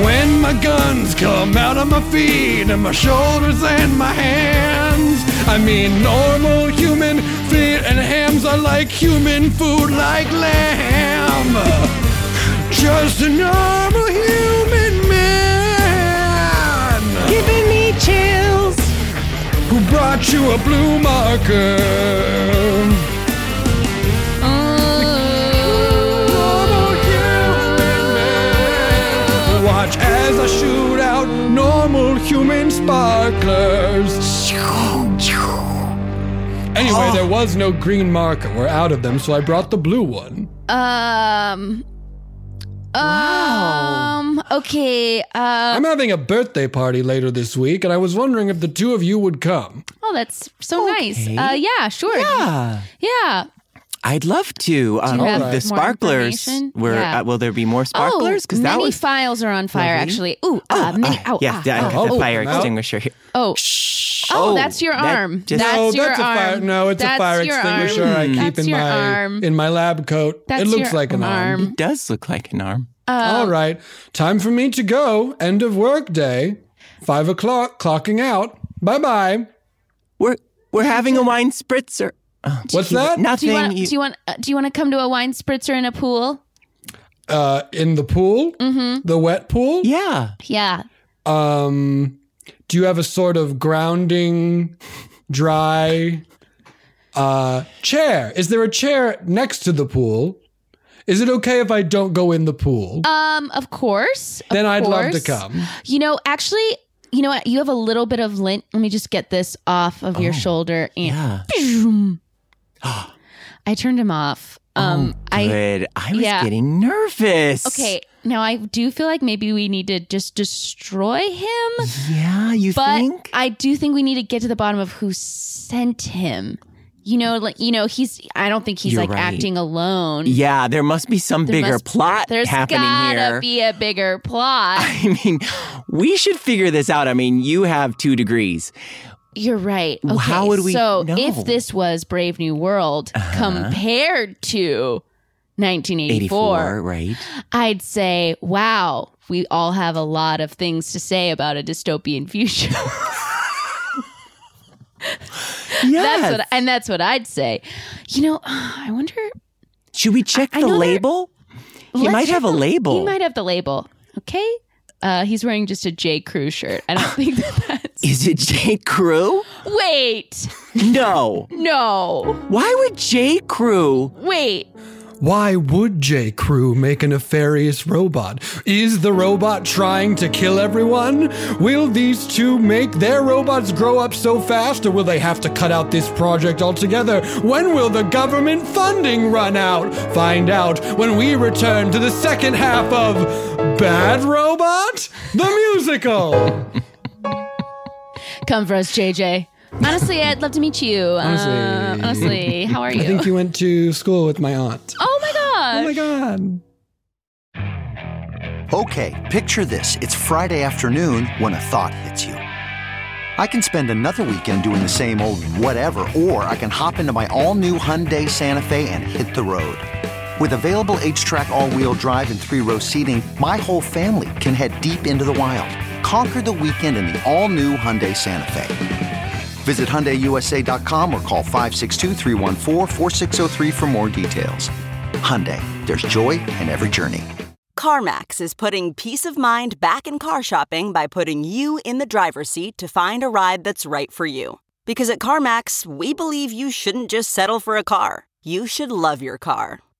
[SPEAKER 4] When my guns come out of my feet and my shoulders and my hands, I mean normal human feet and hams are like human food like lamb. Just a normal human man
[SPEAKER 5] Giving me chills.
[SPEAKER 4] who brought you a blue marker. Normal human man. Watch as I shoot out normal human sparklers. Anyway, there was no green marker. We're out of them, so I brought the blue one.
[SPEAKER 3] Um. Um. Okay. Uh.
[SPEAKER 4] I'm having a birthday party later this week, and I was wondering if the two of you would come.
[SPEAKER 3] Oh, that's so nice. Uh. Yeah. Sure.
[SPEAKER 5] Yeah.
[SPEAKER 3] Yeah.
[SPEAKER 5] I'd love to. Um,
[SPEAKER 3] have
[SPEAKER 5] the
[SPEAKER 3] more
[SPEAKER 5] sparklers.
[SPEAKER 3] information?
[SPEAKER 5] Were,
[SPEAKER 3] Yeah.
[SPEAKER 5] uh, will there be more sparklers?
[SPEAKER 3] oh, many files are on fire.
[SPEAKER 5] lovely.
[SPEAKER 3] Actually. Ooh. Uh, many.
[SPEAKER 5] Ah,
[SPEAKER 3] Oh.
[SPEAKER 5] yeah,
[SPEAKER 3] ah,
[SPEAKER 5] yeah, I
[SPEAKER 3] ah.
[SPEAKER 5] got the
[SPEAKER 4] oh,
[SPEAKER 5] fire
[SPEAKER 4] oh.
[SPEAKER 5] extinguisher here.
[SPEAKER 3] Oh. Oh, that's your
[SPEAKER 5] that
[SPEAKER 3] arm.
[SPEAKER 5] just- Oh,
[SPEAKER 3] that's
[SPEAKER 4] no,
[SPEAKER 3] your
[SPEAKER 4] Oh, that's a
[SPEAKER 3] arm.
[SPEAKER 4] fire. No, it's a
[SPEAKER 3] That's
[SPEAKER 4] fire
[SPEAKER 3] your arm.
[SPEAKER 4] extinguisher I keep
[SPEAKER 3] That's
[SPEAKER 4] in
[SPEAKER 3] your
[SPEAKER 4] my
[SPEAKER 3] arm.
[SPEAKER 4] in my lab coat.
[SPEAKER 3] That's
[SPEAKER 4] it looks
[SPEAKER 3] your
[SPEAKER 4] like an arm.
[SPEAKER 3] arm. Oh.
[SPEAKER 5] does look like an arm.
[SPEAKER 4] All right, time for me to go. End of work day. Five o'clock. Clocking out. Bye bye.
[SPEAKER 5] We're we're having a wine spritzer. Oh,
[SPEAKER 4] What's
[SPEAKER 5] you-
[SPEAKER 4] that?
[SPEAKER 3] Do
[SPEAKER 5] Nothing.
[SPEAKER 3] you want?
[SPEAKER 5] you-
[SPEAKER 3] Do you want? Uh, do you want to come to a wine spritzer in a pool?
[SPEAKER 4] Uh, in the pool, mm-hmm. the wet pool.
[SPEAKER 5] yeah.
[SPEAKER 3] Yeah.
[SPEAKER 4] Um, do you have a sort of grounding, dry, uh, chair? Is there a chair next to the pool? Is it okay if I don't go in the pool?
[SPEAKER 3] Um. Of course. of
[SPEAKER 4] then I'd love to
[SPEAKER 3] course.
[SPEAKER 4] come.
[SPEAKER 3] You know, actually, you know what? You have a little bit of lint. Let me just get this off of your shoulder. And
[SPEAKER 5] Oh, Yeah.
[SPEAKER 3] I turned him off. Um,
[SPEAKER 5] Oh,
[SPEAKER 3] I
[SPEAKER 5] Good. I was
[SPEAKER 3] yeah.
[SPEAKER 5] getting nervous.
[SPEAKER 3] okay. Now I do feel like maybe we need to just destroy him,
[SPEAKER 5] Yeah, you
[SPEAKER 3] but
[SPEAKER 5] think?
[SPEAKER 3] I do think we need to get to the bottom of who sent him. You know, like you know, he's. I don't think he's
[SPEAKER 5] You're
[SPEAKER 3] like
[SPEAKER 5] right.
[SPEAKER 3] acting alone.
[SPEAKER 5] Yeah, there must be some bigger
[SPEAKER 3] must-
[SPEAKER 5] plot
[SPEAKER 3] There's
[SPEAKER 5] happening
[SPEAKER 3] gotta
[SPEAKER 5] here.
[SPEAKER 3] be a bigger plot.
[SPEAKER 5] I mean, we should figure this out. I mean, you have two degrees.
[SPEAKER 3] You're right. Okay,
[SPEAKER 5] How would we
[SPEAKER 3] so
[SPEAKER 5] know? Uh-huh.
[SPEAKER 3] if this was Brave New World compared to 1984,
[SPEAKER 5] 84, right?
[SPEAKER 3] I'd say, wow, we all have a lot of things to say about a dystopian future.
[SPEAKER 5] Yeah.
[SPEAKER 3] that's what, and that's what I'd say. You know, I wonder.
[SPEAKER 5] should we check
[SPEAKER 3] I
[SPEAKER 5] the
[SPEAKER 3] know there-
[SPEAKER 5] label? He
[SPEAKER 3] let's
[SPEAKER 5] might
[SPEAKER 3] check
[SPEAKER 5] have a
[SPEAKER 3] the-
[SPEAKER 5] label.
[SPEAKER 3] He might have the label. Okay. Uh, he's wearing just a J. Crew shirt. I don't think that that's.
[SPEAKER 5] Is it J. Crew?
[SPEAKER 3] Wait.
[SPEAKER 5] No.
[SPEAKER 3] No.
[SPEAKER 5] Why would J. Crew?
[SPEAKER 3] Wait.
[SPEAKER 4] Why would J. Crew make a nefarious robot? Is the robot trying to kill everyone? Will these two make their robots grow up so fast, or will they have to cut out this project altogether? When will the government funding run out? Find out when we return to the second half of Bad Robot, the musical.
[SPEAKER 3] Come for us, JJ. Honestly, I'd love to meet you. Honestly,
[SPEAKER 4] Honestly.
[SPEAKER 3] honestly how are you?
[SPEAKER 4] I think you went to school with my aunt.
[SPEAKER 3] oh my god.
[SPEAKER 4] Oh my god.
[SPEAKER 6] Okay, picture this. It's Friday afternoon when a thought hits you. I can spend another weekend doing the same old whatever, or I can hop into my all new Hyundai Santa Fe and hit the road. With available H track, all wheel drive, and three row seating, my whole family can head deep into the wild. Conquer the weekend in the all new Hyundai Santa Fe. Visit HyundaiUSA.com or call 562-314-4603 for more details. Hyundai, there's joy in every journey.
[SPEAKER 7] CarMax is putting peace of mind back in car shopping by putting you in the driver's seat to find a ride that's right for you. Because at CarMax, we believe you shouldn't just settle for a car, you should love your car.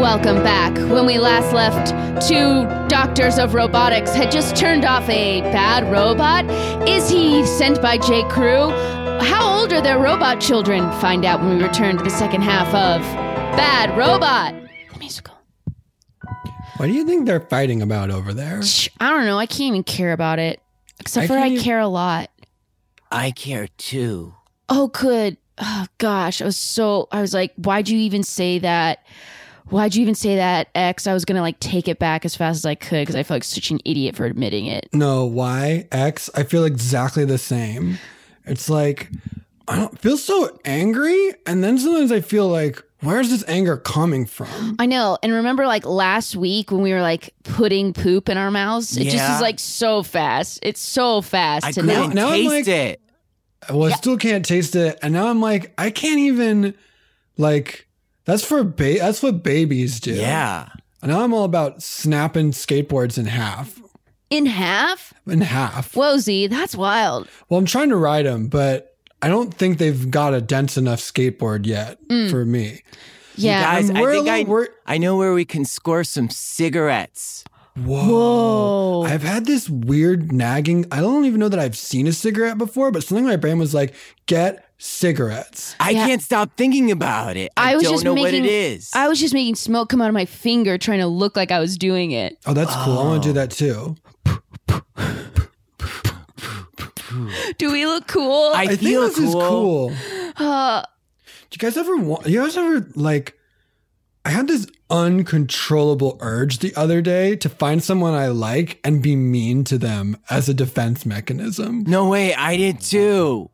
[SPEAKER 3] Welcome back. When we last left, two doctors of robotics had just turned off a bad robot. Is he sent by J. Crew? How old are their robot children? Find out when we return to the second half of Bad Robot the musical.
[SPEAKER 4] What do you think they're fighting about over there?
[SPEAKER 3] Shh, I don't know. I can't even care about it. Except
[SPEAKER 4] I
[SPEAKER 3] for I
[SPEAKER 4] can't- e-
[SPEAKER 3] care a lot.
[SPEAKER 5] I care too.
[SPEAKER 3] Oh, good. Oh, gosh. I was so, I was like, why'd you even say that? Why'd you even say that, X? I was going to like take it back as fast as I could because I felt like such an idiot for admitting it.
[SPEAKER 4] No, Y, X, I feel exactly the same. It's like I don't feel so angry, and then sometimes I feel like, where's this anger coming from?
[SPEAKER 3] I know. And remember like last week when we were like putting poop in our mouths? It just
[SPEAKER 5] Yeah.
[SPEAKER 3] is like so fast. It's so fast
[SPEAKER 5] I
[SPEAKER 3] to
[SPEAKER 5] couldn't
[SPEAKER 3] know.
[SPEAKER 4] now I'm
[SPEAKER 5] taste
[SPEAKER 4] like-
[SPEAKER 5] it.
[SPEAKER 4] Well, I still can't taste it, and now I'm like, I can't even like. That's for ba- that's what babies do.
[SPEAKER 5] Yeah.
[SPEAKER 4] And now I'm all about snapping skateboards in half,
[SPEAKER 3] In half?
[SPEAKER 4] in half.
[SPEAKER 3] Whoa, Z, that's wild.
[SPEAKER 4] Well, I'm trying to ride them, but I don't think they've got a dense enough skateboard yet for me.
[SPEAKER 3] Yeah.
[SPEAKER 5] Guys,
[SPEAKER 4] And
[SPEAKER 5] I
[SPEAKER 4] we're a
[SPEAKER 5] think I,
[SPEAKER 4] little wor-
[SPEAKER 5] I know where we can score some cigarettes.
[SPEAKER 4] Whoa. I've had this weird nagging. I don't even know that I've seen a cigarette before, but something in my brain was like, get cigarettes.
[SPEAKER 5] I
[SPEAKER 3] Yeah.
[SPEAKER 5] can't stop thinking about it. I,
[SPEAKER 3] was
[SPEAKER 5] don't
[SPEAKER 3] just
[SPEAKER 5] know
[SPEAKER 3] making
[SPEAKER 5] what it is.
[SPEAKER 3] I was just making smoke come out of my finger trying to look like I was doing it.
[SPEAKER 4] Oh, that's cool. I want to do that too.
[SPEAKER 3] Do we look cool?
[SPEAKER 5] I
[SPEAKER 4] I think
[SPEAKER 5] feel
[SPEAKER 4] this is cool. Do
[SPEAKER 3] Uh,
[SPEAKER 4] you guys ever want, you guys ever like, I had this uncontrollable urge the other day to find someone I like and be mean to them as a defense mechanism.
[SPEAKER 5] No way, I did too.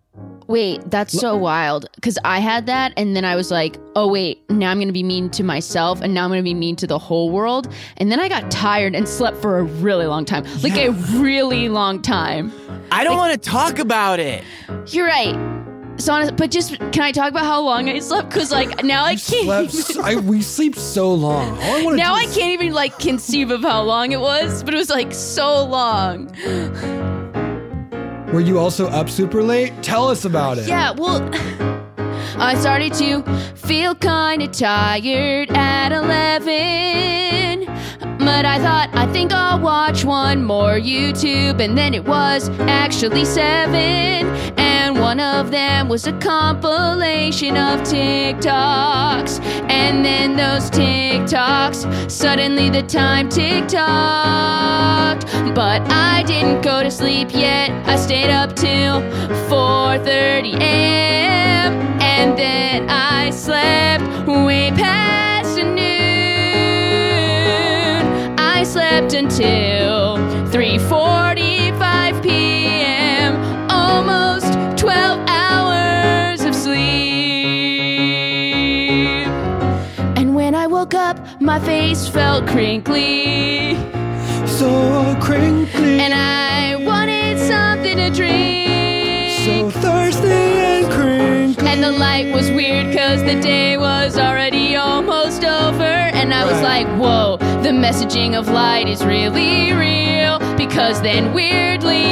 [SPEAKER 3] wait, that's so wild. Because I had that, and then I was like, oh, wait, now I'm going to be mean to myself, and now I'm going to be mean to the whole world. And then I got tired and slept for a really long time. Like a really long time.
[SPEAKER 5] I don't want to talk about it.
[SPEAKER 3] You're right. So, honest, but just can I talk about how long I slept? Because like now I can't.
[SPEAKER 4] Slept,
[SPEAKER 3] Even,
[SPEAKER 4] I, we sleep so long. All I want
[SPEAKER 3] now
[SPEAKER 4] do
[SPEAKER 3] I
[SPEAKER 4] is-
[SPEAKER 3] can't even like conceive of how long it was, but it was like so long.
[SPEAKER 4] Were you also up super late? Tell us about it.
[SPEAKER 3] Yeah, well, I started to feel kind of tired at 11. But I thought, I think I'll watch one more YouTube. And then it was actually seven. And one of them was a compilation of TikToks. And then those TikToks, suddenly the time TikToked. But I didn't go to sleep yet. I stayed up till 4:30 a.m. and then I slept way past noon. I slept until 3:45 p.m. Almost 12 hours of sleep. And when I woke up, my face felt crinkly.
[SPEAKER 4] So crinkly.
[SPEAKER 3] And I wanted something to
[SPEAKER 4] so
[SPEAKER 3] drink.
[SPEAKER 4] thirsty and crinkly.
[SPEAKER 3] and the light was weird because the day was already almost over. And I was like, whoa, the messaging of light is really real. Because then, weirdly,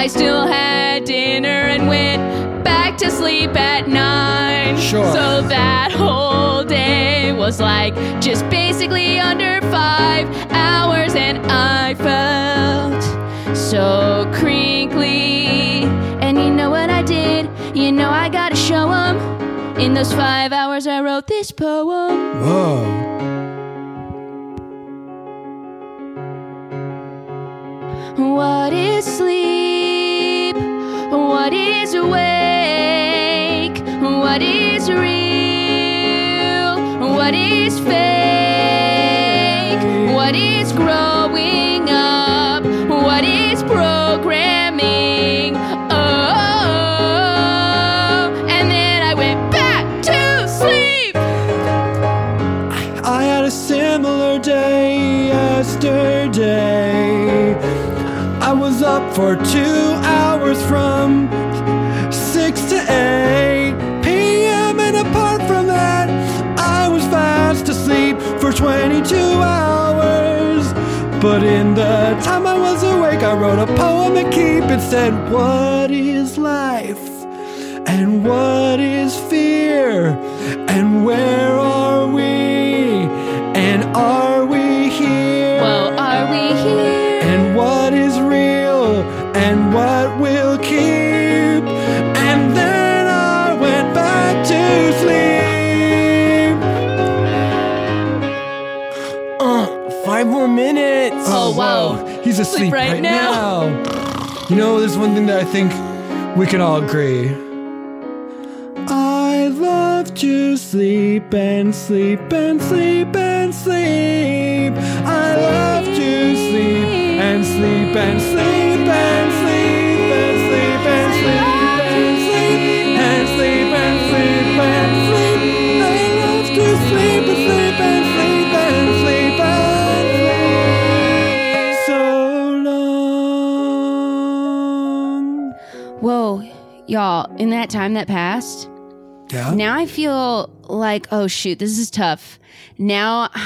[SPEAKER 3] I still had dinner and went back to sleep at nine.
[SPEAKER 4] Sure.
[SPEAKER 3] So that whole day was like just basically under five hours, and I felt so crinkly. And you know what I did? You know I gotta show 'em. In those five hours, I wrote this poem.
[SPEAKER 4] Whoa.
[SPEAKER 3] What is sleep? What is awake? What is real? What is fake? What is growing up? What is programming? Oh, and then I went back to sleep.
[SPEAKER 4] I had a similar day yesterday. I was up for two hours from 6 to 8 p.m. And apart from that, I was fast asleep for 22 hours. But in the time I was awake, I wrote a poem to keep. It said, What is life? And what is fear? And where are we? And are we here?
[SPEAKER 3] Whoa, are we here?
[SPEAKER 4] And what is real? And what will keep? And then I went back to sleep.
[SPEAKER 5] Five more minutes.
[SPEAKER 3] Oh, wow.
[SPEAKER 4] He's asleep
[SPEAKER 3] right
[SPEAKER 4] right now. You know, there's one thing that I think we can all agree. I love to sleep and sleep and sleep and sleep. I love to sleep and sleep and sleep and sleep and sleep and sleep and sleep and sleep and sleep and sleep. I love to sleep and sleep and sleep and sleep and sleep so long.
[SPEAKER 3] Whoa, y'all, in that time that passed,
[SPEAKER 4] Yeah.
[SPEAKER 3] now I feel like, oh shoot, this is tough. Now,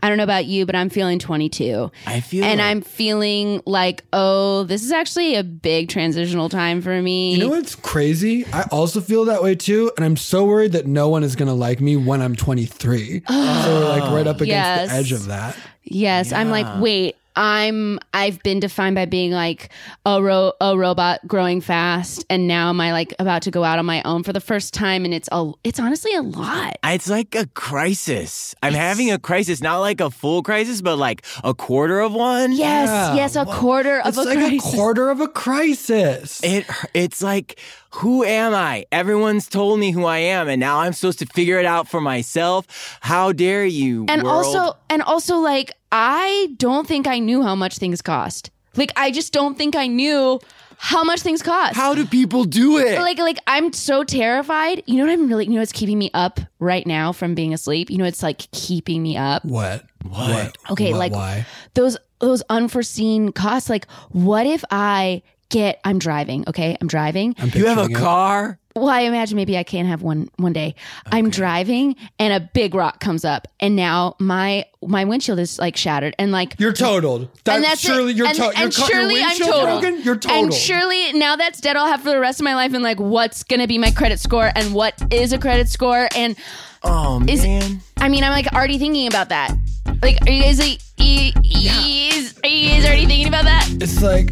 [SPEAKER 3] I don't know about you, but I'm feeling 22.
[SPEAKER 5] I feel
[SPEAKER 3] and
[SPEAKER 5] like-
[SPEAKER 3] I'm feeling like, oh, this is actually a big transitional time for me.
[SPEAKER 4] You know what's crazy? I also feel that way too, and I'm so worried that no one is gonna like me when I'm 23. so we're like right up against
[SPEAKER 3] Yes.
[SPEAKER 4] the edge of that.
[SPEAKER 3] Yes, I'm like, wait, I'm I've been defined by being like a ro- a robot growing fast, and now am I like about to go out on my own for the first time? And it's a it's honestly a lot.
[SPEAKER 5] It's like a crisis. I'm having a crisis, not like a full crisis, but like a quarter of one.
[SPEAKER 3] Yes,
[SPEAKER 4] Yeah.
[SPEAKER 3] yes, a quarter of
[SPEAKER 4] it's
[SPEAKER 3] a
[SPEAKER 4] like a
[SPEAKER 3] crisis.
[SPEAKER 4] quarter of a crisis.
[SPEAKER 5] It it's like who am I? Everyone's told me who I am and now I'm supposed to figure it out for myself. How dare you?
[SPEAKER 3] and
[SPEAKER 5] world.
[SPEAKER 3] also and also like i don't think i knew how much things cost like i just don't think i knew how much things cost
[SPEAKER 5] how do people do it?
[SPEAKER 3] like like i'm so terrified you know what i'm really you know what's keeping me up right now from being asleep you know it's like keeping me up
[SPEAKER 4] what? What?
[SPEAKER 3] Okay,
[SPEAKER 4] What?
[SPEAKER 3] like-
[SPEAKER 4] why?
[SPEAKER 3] those those unforeseen costs like what if i get I'm driving, okay? I'm driving.
[SPEAKER 5] You have a car?
[SPEAKER 3] Well, I imagine maybe I can have one one day. I'm driving and a big rock comes up and now my my windshield is like shattered and like
[SPEAKER 4] You're totaled. That's,
[SPEAKER 3] and that's
[SPEAKER 4] surely
[SPEAKER 3] it.
[SPEAKER 4] you're
[SPEAKER 3] and,
[SPEAKER 4] to-
[SPEAKER 3] and
[SPEAKER 4] your, co- your
[SPEAKER 3] surely I'm
[SPEAKER 4] windshield
[SPEAKER 3] totaled.
[SPEAKER 4] broken. You're totaled.
[SPEAKER 3] And surely now that's dead. I'll have for the rest of my life. And like, what's gonna be my credit score? And what is a credit score? And
[SPEAKER 5] Oh
[SPEAKER 3] Is-
[SPEAKER 5] man.
[SPEAKER 3] I mean, I'm like already thinking about that. Like, are you guys like, e- is, are you guys already thinking about that?
[SPEAKER 4] It's like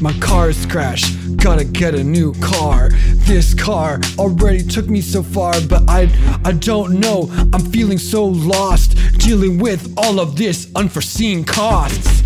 [SPEAKER 4] my car's crashed. Gotta get a new car. This car already took me so far, but I I don't know. I'm feeling so lost dealing with all of this unforeseen costs.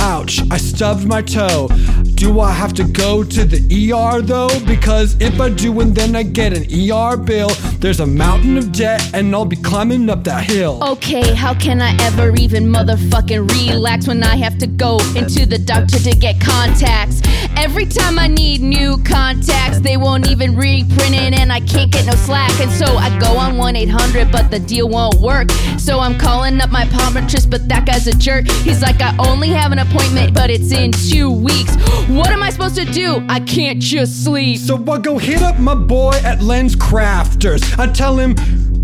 [SPEAKER 4] Ouch, I stubbed my toe. Do I have to go to the ER though? Because if I do and then I get an ER bill, there's a mountain of debt and I'll be climbing up that hill.
[SPEAKER 3] Okay, how can I ever even motherfucking relax when I have to go into the doctor to get contacts? Every time I need new contacts, they won't even reprint it and I can't get no slack. And so I go on 1 800, but the deal won't work. So I'm calling up my optometrist, but that guy's a jerk. He's like, I only have an appointment, but it's in two weeks. What am I supposed to do? I can't just sleep.
[SPEAKER 4] So I go hit up my boy at Lens Crafters. I tell him,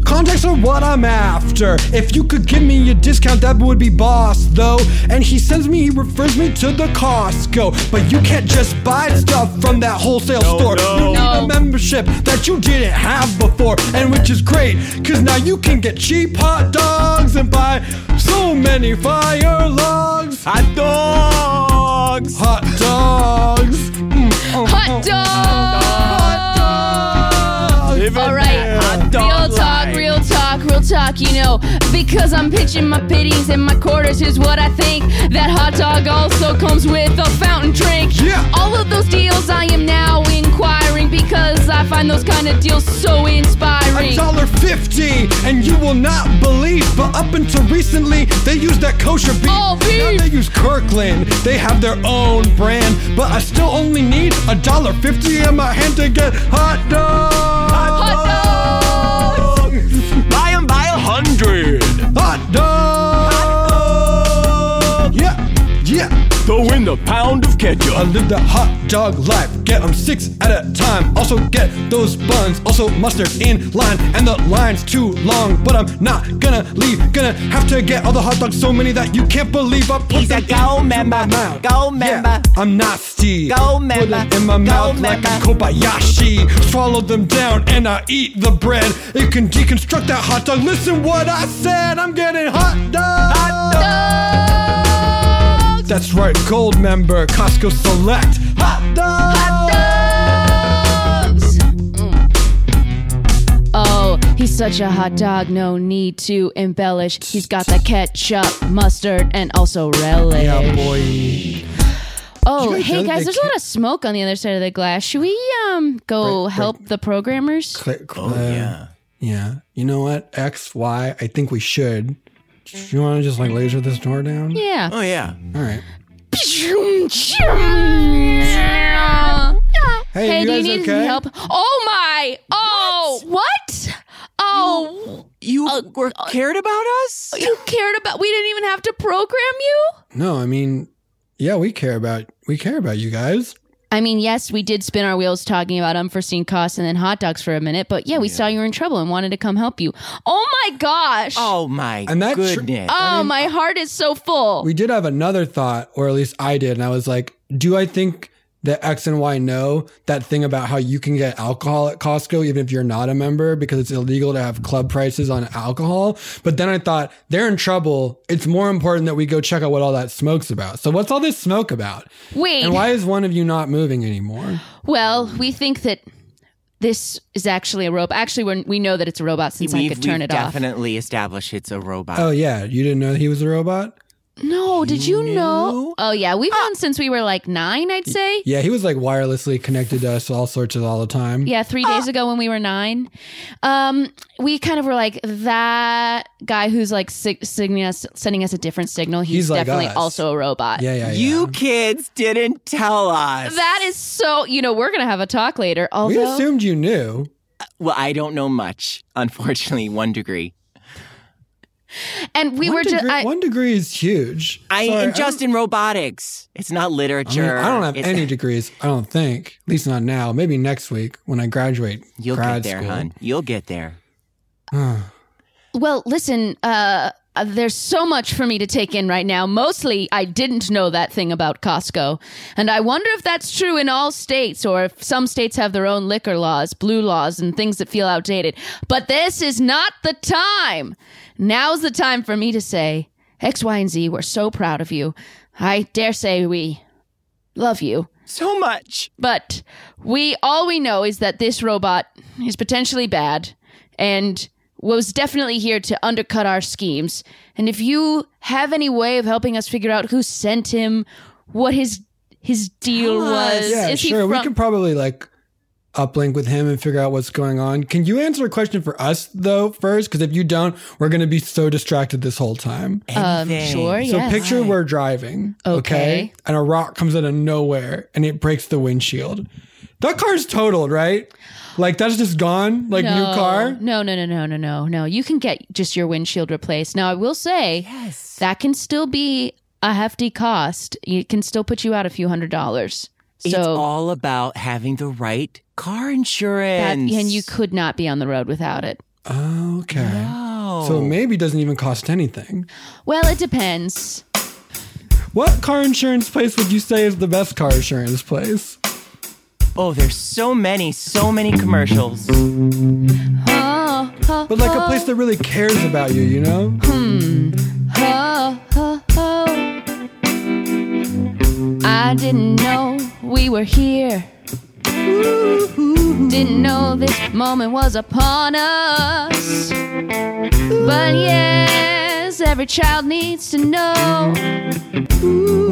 [SPEAKER 4] contacts are what I'm after. If you could give me a discount, that would be boss, though. And he sends me, he refers me to the Costco. But you can't just buy stuff from that wholesale store. You need a membership that you didn't have before. And which is great, cause now you can get cheap hot dogs and buy so many fire logs.
[SPEAKER 5] Hot dogs.
[SPEAKER 4] Hot dogs. Mm, oh, oh.
[SPEAKER 3] Hot dog!
[SPEAKER 5] Live it
[SPEAKER 3] All right,
[SPEAKER 5] there. Hot dog
[SPEAKER 3] real talk,
[SPEAKER 5] life.
[SPEAKER 3] real talk, real talk, you know. Because I'm pitching my pitties and my quarters, here's what I think. That hot dog also comes with a fountain drink.
[SPEAKER 4] Yeah.
[SPEAKER 3] All of those deals I am now inquiring because I find those kind of deals so
[SPEAKER 4] A
[SPEAKER 3] inspiring.
[SPEAKER 4] dollar fifty, and you will not believe. But up until recently, they used that kosher beef.
[SPEAKER 3] Oh, beef.
[SPEAKER 4] Now they use Kirkland. They have their own brand. But I still only need a dollar fifty in my hand to get hot dogs.
[SPEAKER 3] Hot
[SPEAKER 4] dogs.
[SPEAKER 5] Buy 'em by a hundred.
[SPEAKER 4] Hot dogs. Yeah, yeah.
[SPEAKER 5] Throw in the pound of ketchup.
[SPEAKER 4] I live the hot dog life. Get 'em six at a time. Also get those buns. Also mustard in line. And the line's too long. But I'm not gonna leave. Gonna have to get all the hot dogs. So many that you can't believe. I put
[SPEAKER 5] He's a
[SPEAKER 4] them
[SPEAKER 5] go
[SPEAKER 4] into
[SPEAKER 5] member.
[SPEAKER 4] my mouth.
[SPEAKER 5] Go member.
[SPEAKER 4] Yeah, I'm not Steve.
[SPEAKER 5] Go
[SPEAKER 4] Put
[SPEAKER 5] member.
[SPEAKER 4] them in my
[SPEAKER 5] Go
[SPEAKER 4] mouth like a
[SPEAKER 5] member.
[SPEAKER 4] Kobayashi. Swallow them down and I eat the bread. You can deconstruct that hot dog. Listen what I said. I'm getting hot dogs. Hot
[SPEAKER 3] Dogs!
[SPEAKER 4] that's right, gold member, Costco Select. Hot dog!
[SPEAKER 3] dogs. Mm. Oh, he's such a hot dog, no need to embellish. He's got the ketchup, mustard, and also relish.
[SPEAKER 4] Yeah, boy. You
[SPEAKER 3] oh,
[SPEAKER 4] guys know
[SPEAKER 3] hey
[SPEAKER 4] that
[SPEAKER 3] guys,
[SPEAKER 4] they
[SPEAKER 3] there's a lot of smoke on the other side of the glass. Should we um go help the programmers?
[SPEAKER 4] oh, yeah. Yeah. You know what? X, Y, I think we should. Do you want to just like laser this door down?
[SPEAKER 3] Yeah.
[SPEAKER 5] Oh yeah.
[SPEAKER 4] All right. Hey,
[SPEAKER 3] Hey,
[SPEAKER 4] you
[SPEAKER 3] do you
[SPEAKER 4] guys
[SPEAKER 3] need
[SPEAKER 4] okay?
[SPEAKER 3] help? Oh my! Oh, what? Oh,
[SPEAKER 5] You were cared about us?
[SPEAKER 3] you cared about? We didn't even have to program you.
[SPEAKER 4] No, I mean, yeah, we care about we care about you guys.
[SPEAKER 3] I mean, yes, we did spin our wheels talking about unforeseen costs and then hot dogs for a minute, but yeah, we saw you were in trouble and wanted to come help you. Oh my gosh.
[SPEAKER 5] Oh my
[SPEAKER 4] And that tr-
[SPEAKER 5] goodness.
[SPEAKER 3] Oh, my heart is so full.
[SPEAKER 4] We did have another thought, or at least I did, and I was like, do I think that X and Y know that thing about how you can get alcohol at Costco even if you're not a member because it's illegal to have club prices on alcohol? But then I thought, they're in trouble. It's more important that we go check out what all that smoke's about. So what's all this smoke about?
[SPEAKER 3] Wait.
[SPEAKER 4] And why is one of you not moving anymore?
[SPEAKER 3] Well, we think that this is actually a robot. Actually, we're, we know that it's a robot since I
[SPEAKER 5] We've-
[SPEAKER 3] could turn
[SPEAKER 5] we've
[SPEAKER 3] it off.
[SPEAKER 5] definitely established it's a robot.
[SPEAKER 4] Oh yeah, you didn't know he was a robot?
[SPEAKER 3] No, did you know? Oh, yeah. We've known since we were like nine, I'd say.
[SPEAKER 4] Yeah, he was like wirelessly connected to us all sorts of all the time.
[SPEAKER 3] Yeah, three days ago when we were nine, um, we kind of were like that guy who's like sig- signaling us, sending us a different signal. He's,
[SPEAKER 4] He's like
[SPEAKER 3] definitely
[SPEAKER 4] us.
[SPEAKER 3] also a robot.
[SPEAKER 4] Yeah, yeah, yeah.
[SPEAKER 5] You kids didn't tell us.
[SPEAKER 3] That is so. You know, we're gonna have a talk later.
[SPEAKER 4] we
[SPEAKER 3] Although,
[SPEAKER 4] assumed you knew.
[SPEAKER 5] well, I don't know much, unfortunately, one degree.
[SPEAKER 3] and we
[SPEAKER 4] one
[SPEAKER 3] were
[SPEAKER 4] degree,
[SPEAKER 3] just I,
[SPEAKER 4] one degree is huge.
[SPEAKER 5] I
[SPEAKER 4] Sorry,
[SPEAKER 5] am just in robotics. It's not
[SPEAKER 4] I, mean,
[SPEAKER 5] literature.
[SPEAKER 4] I don't have
[SPEAKER 5] It's-
[SPEAKER 4] any degrees. I don't think. At least not now. Maybe next week when I graduate
[SPEAKER 5] You'll
[SPEAKER 4] grad
[SPEAKER 5] get there,
[SPEAKER 4] school.
[SPEAKER 5] hon. You'll get there.
[SPEAKER 3] well, listen, uh, uh, there's so much for me to take in right now. Mostly, I didn't know that thing about Costco, and I wonder if that's true in all states or if some states have their own liquor laws, blue laws, and things that feel outdated. But this is not the time. Now's the time for me to say X, Y, and Z. We're so proud of you. I dare say we love you.
[SPEAKER 5] So much.
[SPEAKER 3] But we all we know is that this robot is potentially bad and was definitely here to undercut our schemes. And if you have any way of helping us figure out who sent him, what his his deal was,
[SPEAKER 4] Yeah,
[SPEAKER 3] is
[SPEAKER 4] sure.
[SPEAKER 3] he
[SPEAKER 4] we
[SPEAKER 3] from-
[SPEAKER 4] could probably like uplink with him and figure out what's going on. Can you answer a question for us though first? Because if you don't, we're going to be so distracted this whole time.
[SPEAKER 3] um, sure,
[SPEAKER 4] So
[SPEAKER 3] yes.
[SPEAKER 4] picture we're driving, okay.
[SPEAKER 3] Okay.
[SPEAKER 4] and a rock comes out of nowhere and it breaks the windshield. That car's totaled, right? Like that's just gone, like
[SPEAKER 3] no,
[SPEAKER 4] new car.
[SPEAKER 3] No, no, no, no, no, no, no. You can get just your windshield replaced. Now, I will say that can still be a hefty cost. It can still put you out a few hundred dollars. So
[SPEAKER 5] it's all about having the right car
[SPEAKER 3] That-
[SPEAKER 5] insurance.
[SPEAKER 3] and you could not be on the road without it.
[SPEAKER 4] Okay. So maybe it doesn't even cost anything.
[SPEAKER 3] Well, it depends.
[SPEAKER 4] What car insurance place would you say is the best car insurance place?
[SPEAKER 5] Oh, there's so many, so many commercials.
[SPEAKER 3] Oh, oh,
[SPEAKER 4] But like a place that really cares about you, you know?
[SPEAKER 3] oh, oh, oh. I didn't know we were here. Didn't know this moment was upon us. But yes, every child needs to know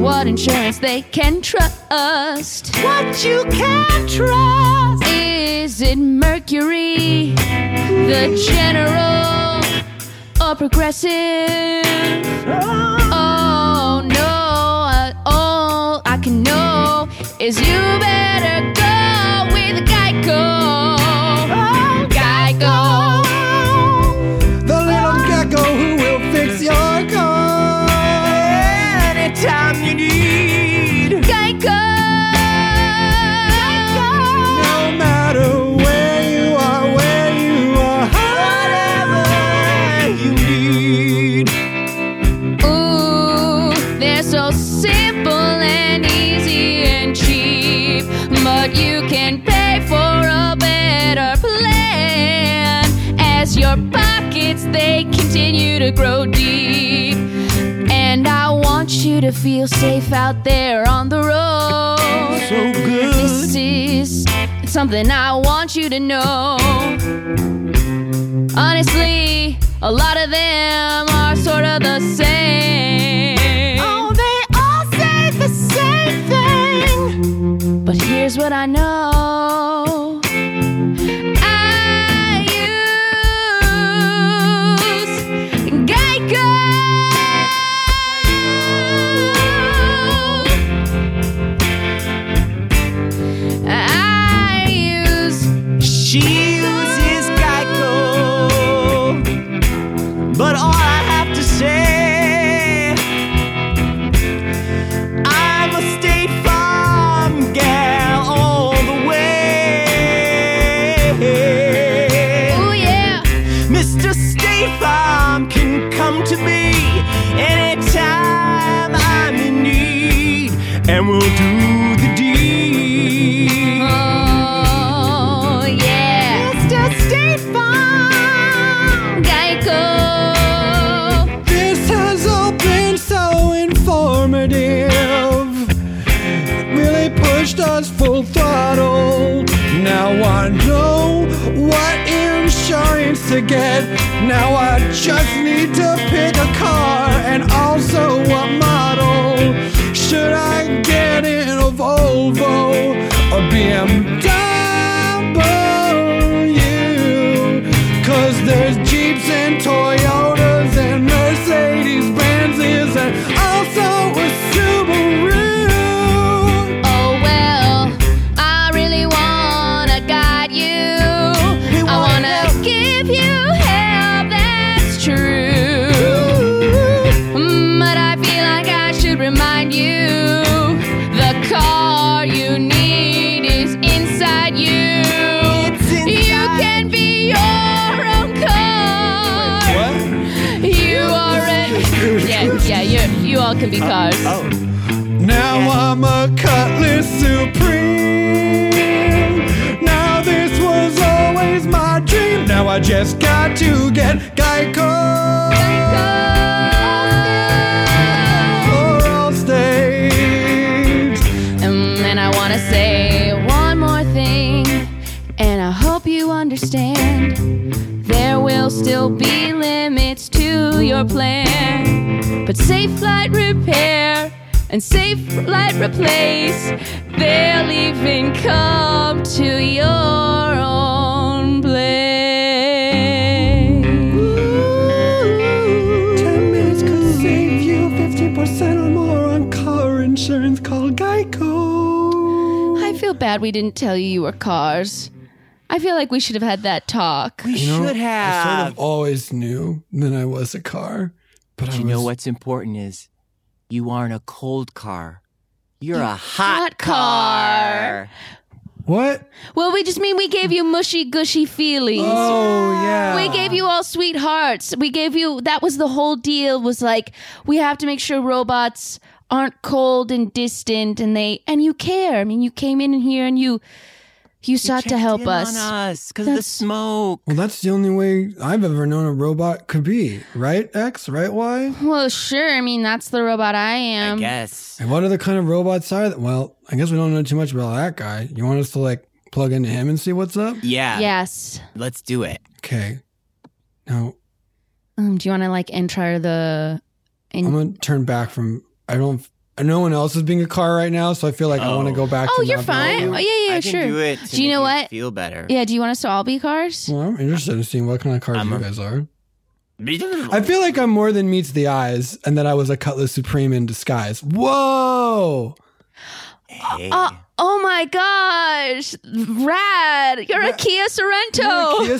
[SPEAKER 3] what insurance they can trust. What you can trust is it Mercury, the General, or Progressive? Oh no, I, all I can know is you better go with Geico. Geico.
[SPEAKER 4] The little gecko who will fix your car.
[SPEAKER 5] Anytime you need.
[SPEAKER 3] Geico.
[SPEAKER 4] No matter where you are, where you are,
[SPEAKER 5] Whatever you need.
[SPEAKER 3] Ooh, they're so simple and easy and cheap, but you can pay for a better plan as your pockets they continue to grow deep. And I want you to feel safe out there on the road.
[SPEAKER 5] So
[SPEAKER 3] This
[SPEAKER 5] good.
[SPEAKER 3] is something I want you to know. Honestly, a lot of them are sort of the same. Oh, they all say the same thing. But here's what I know. I use Geico. I use
[SPEAKER 5] She uses Geico. But all I have to say, I'm a state farm gal all the way.
[SPEAKER 3] Oh yeah,
[SPEAKER 5] Mr. State Farm can come to me anytime I'm in need, and we'll do the deed.
[SPEAKER 3] oh yeah. Mr. State Farm, Geico.
[SPEAKER 4] this has all been so informative. Really pushed us full throttle. Now I know what insurance to get. Now I just need to pick a car and also a model. Should I get in a Volvo or BMW? Cause there's Jeeps and Toyotas and Mercedes Benzes and also a Subaru.
[SPEAKER 3] Oh well, I really wanna guide you. I wanna give you help. That's true. Mm, you all can be cars.
[SPEAKER 4] Now I'm a cutlass supreme. Now this was always my dream. Now I just got to get Geico. Or Allstate.
[SPEAKER 3] Um, and I want to say one more thing, and I hope you understand. There will still be limits to your plan, but safe flight repair and safe flight replace, they'll even come to your own place.
[SPEAKER 4] Ten minutes could save you 50% or more on car insurance. Call Geico.
[SPEAKER 3] I feel bad we didn't tell you you were cars. I feel like we should have had that talk.
[SPEAKER 5] We should have.
[SPEAKER 4] I sort of always knew that I was a car, but I
[SPEAKER 5] you
[SPEAKER 4] was
[SPEAKER 5] know what's important is you aren't a cold car. You're a hot
[SPEAKER 3] hot car.
[SPEAKER 5] car.
[SPEAKER 4] what?
[SPEAKER 3] Well, we just mean we gave you mushy, gushy feelings.
[SPEAKER 4] Oh yeah.
[SPEAKER 3] We gave you all sweethearts. We gave you that was the whole deal was like we have to make sure robots aren't cold and distant and they and you care. I mean, you came in here and you you sought to
[SPEAKER 5] Checked
[SPEAKER 3] help
[SPEAKER 5] in
[SPEAKER 3] us.
[SPEAKER 5] on us because of the
[SPEAKER 3] That's-
[SPEAKER 5] smoke.
[SPEAKER 4] Well, that's the only way I've ever known a robot could be, right? X, right? Y.
[SPEAKER 3] Well, sure. I mean, that's the robot I
[SPEAKER 5] I
[SPEAKER 3] am.
[SPEAKER 5] guess.
[SPEAKER 4] And what other kind of robots are? That? Well, I guess we don't know too much about that guy. You want us to like plug into him and see what's up?
[SPEAKER 5] Yeah.
[SPEAKER 3] Yes.
[SPEAKER 5] Let's do it.
[SPEAKER 4] Okay. Now
[SPEAKER 3] Um, do you want to like enter the in-
[SPEAKER 4] I'm gonna turn back from. I don't. No one else is being a car right now, so I feel like I want to go
[SPEAKER 5] Oh.
[SPEAKER 4] back.
[SPEAKER 3] Oh,
[SPEAKER 4] to
[SPEAKER 3] you're
[SPEAKER 4] not
[SPEAKER 3] fine.
[SPEAKER 4] being
[SPEAKER 3] Oh,
[SPEAKER 4] a-
[SPEAKER 3] yeah, yeah,
[SPEAKER 5] I
[SPEAKER 3] sure.
[SPEAKER 5] Can do it. to
[SPEAKER 3] you
[SPEAKER 5] make
[SPEAKER 3] know what?
[SPEAKER 5] Feel better.
[SPEAKER 3] Yeah, do you want us to all be cars?
[SPEAKER 4] Well, I'm interested in seeing what kind of cars
[SPEAKER 5] I'm
[SPEAKER 4] you
[SPEAKER 5] a-
[SPEAKER 4] guys are. I
[SPEAKER 5] I
[SPEAKER 4] feel like I'm more than meets the eyes, and that I was a Cutlass Supreme in disguise. Whoa!
[SPEAKER 5] Hey.
[SPEAKER 3] Uh, oh my gosh. Rad. You're a Kia Sorrento.
[SPEAKER 4] Kia